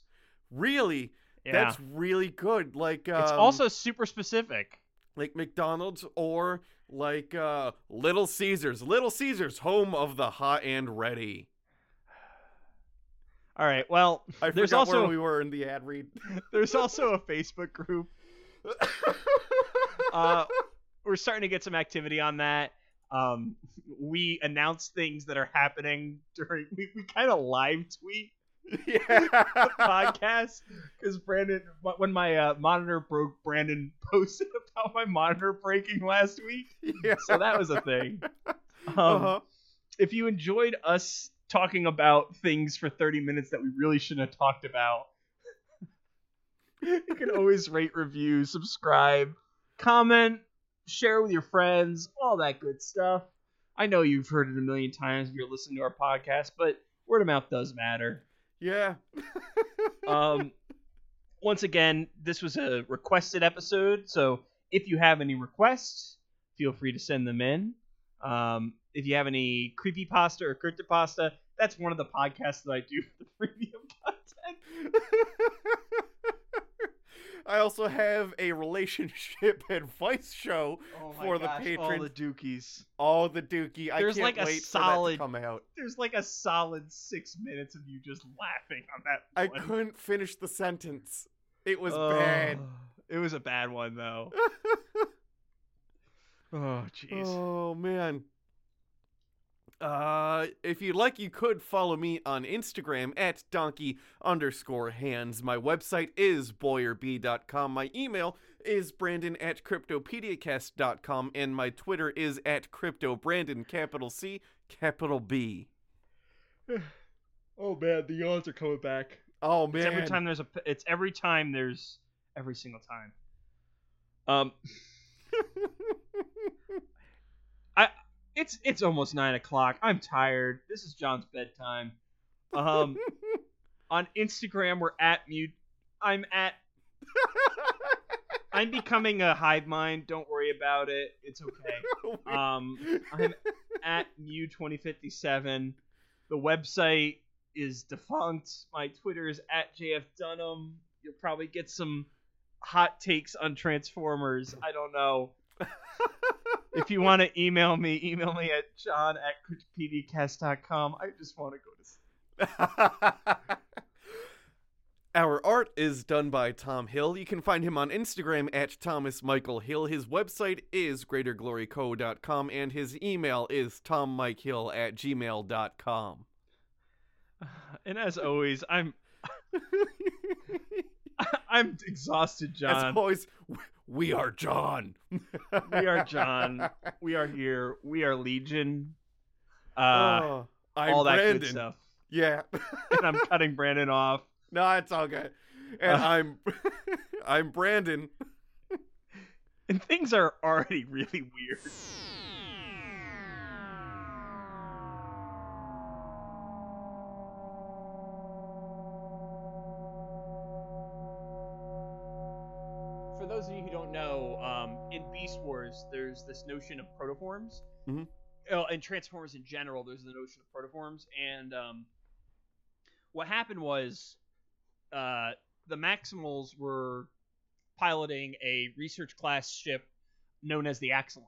Really, Yeah, that's really good. Like um, it's also super specific. like McDonald's or like uh, Little Caesars. Little Caesars, home of the hot and ready. All right. Well, I there's forgot also where we were in the ad read. there's also a Facebook group. Uh, we're starting to get some activity on that. Um, we announce things that are happening during. We, we kind of live tweet yeah. podcast because Brandon, when my uh, monitor broke, Brandon posted about my monitor breaking last week, yeah. so that was a thing. Um, Uh-huh. If you enjoyed us talking about things for 30 minutes that we really shouldn't have talked about, you can always rate, review, subscribe, comment, share with your friends, all that good stuff. I know you've heard it a million times if you're listening to our podcast, but word of mouth does matter Yeah. um, once again, this was a requested episode, so if you have any requests, feel free to send them in. Um, if you have any creepy pasta or cryptopasta, that's one of the podcasts that I do for the premium content. I also have a relationship advice show, Oh my For the gosh, all patrons. the dookies. All the Dookie. I There's can't like a wait solid- for that to come out. There's like a solid six minutes of you just laughing on that. I one. couldn't finish the sentence. It was Oh, bad. It was a bad one though. oh jeez. Oh man. Uh, if you'd like, you could follow me on Instagram at donkey underscore hands. My website is boyerb.com. My email is brandon at cryptopediacast.com. And my Twitter is at cryptobrandon, capital C, capital B. Oh man, the yawns are coming back. Oh, man. It's every time there's a. p- It's every time there's every single time. Um, I it's it's almost nine o'clock. I'm tired. This is John's bedtime. Um, on Instagram we're at mute. I'm at. I'm becoming a hive mind. Don't worry about it. It's okay. Oh, Um, I'm at Mew2057. The website is defunct. My Twitter is at JF Dunham. You'll probably get some hot takes on Transformers. I don't know. if you want to email me, email me at john at cryptopediacast.com. I just want to go to sleep. Our art is done by Tom Hill. You can find him on Instagram at Thomas Michael Hill. His website is greatergloryco.com and his email is tommikehill at gmail.com. And as always, I'm I'm exhausted, As John. always, w- we are John. We are John. We are here. We are Legion. Uh, Oh, I'm all that Brandon. good stuff. Yeah. And I'm cutting Brandon off. no, it's all good. And Uh. I'm I'm Brandon. And things are already really weird. For those of you who don't know, um, in Beast Wars, there's this notion of protoforms. Mhm. Oh, and Transformers in general, there's the notion of protoforms. And um, what happened was uh, the Maximals were piloting a research class ship known as the Axelon.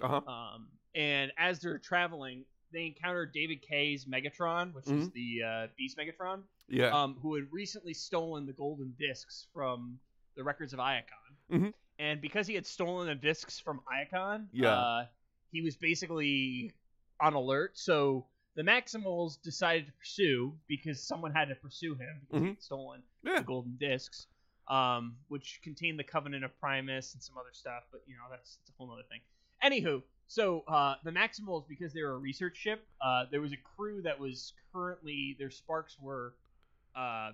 Uh-huh. Um, and as they're traveling, they encounter David Kay's Megatron, which is the uh, Beast Megatron, Mm-hmm. Yeah. um, who had recently stolen the golden discs from the records of Iacon. Mhm. And because he had stolen the discs from Iacon, Yeah. uh, he was basically on alert. So the Maximals decided to pursue because someone had to pursue him because he had stolen Mm-hmm. yeah. the golden discs, um, which contain the Covenant of Primus and some other stuff. But you know, that's, that's a whole other thing. Anywho, so uh, the Maximals, because they were a research ship, uh, there was a crew that was currently their sparks were uh,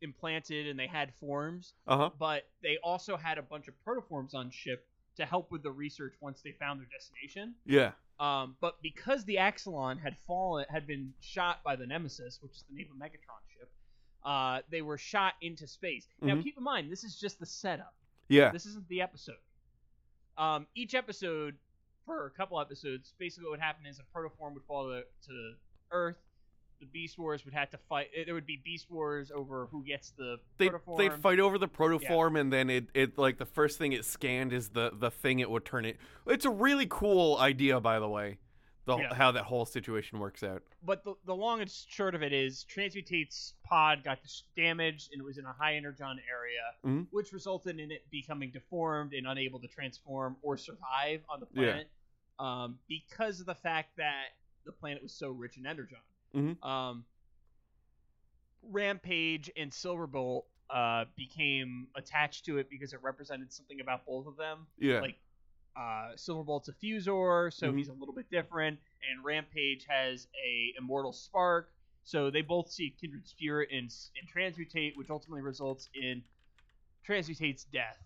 implanted and they had forms, Uh huh. but they also had a bunch of protoforms on ship to help with the research once they found their destination. Yeah. Um, but because the Axelon had fallen, had been shot by the Nemesis, which is the name of Megatron ship, uh, they were shot into space. Now Mhm. keep in mind, this is just the setup. Yeah. This isn't the episode. Um, each episode, for a couple episodes, basically what would happen is a protoform would fall to, to Earth. The Beast Wars would have to fight. eh, There would be Beast Wars over who gets the They protoform. they fight over the protoform and then it, it like the first thing it scanned is the the thing it would turn it. It's a really cool idea, by the way. The Yeah. how that whole situation works out. but the, the long and short of it is Transmutate's pod got dis- damaged and it was in a high energon area, Mhm. which resulted in it becoming deformed and unable to transform or survive on the Yeah. planet um, because of the fact that the planet was so rich in energon. Mhm. Um, Rampage and Silverbolt uh, became attached to it because it represented something about both of them Yeah. Like- uh, Silverbolt's a fusor, so Mhm. he's a little bit different, and Rampage has a immortal spark. So they both see kindred spirit in, in Transmutate, which ultimately results in Transmutate's death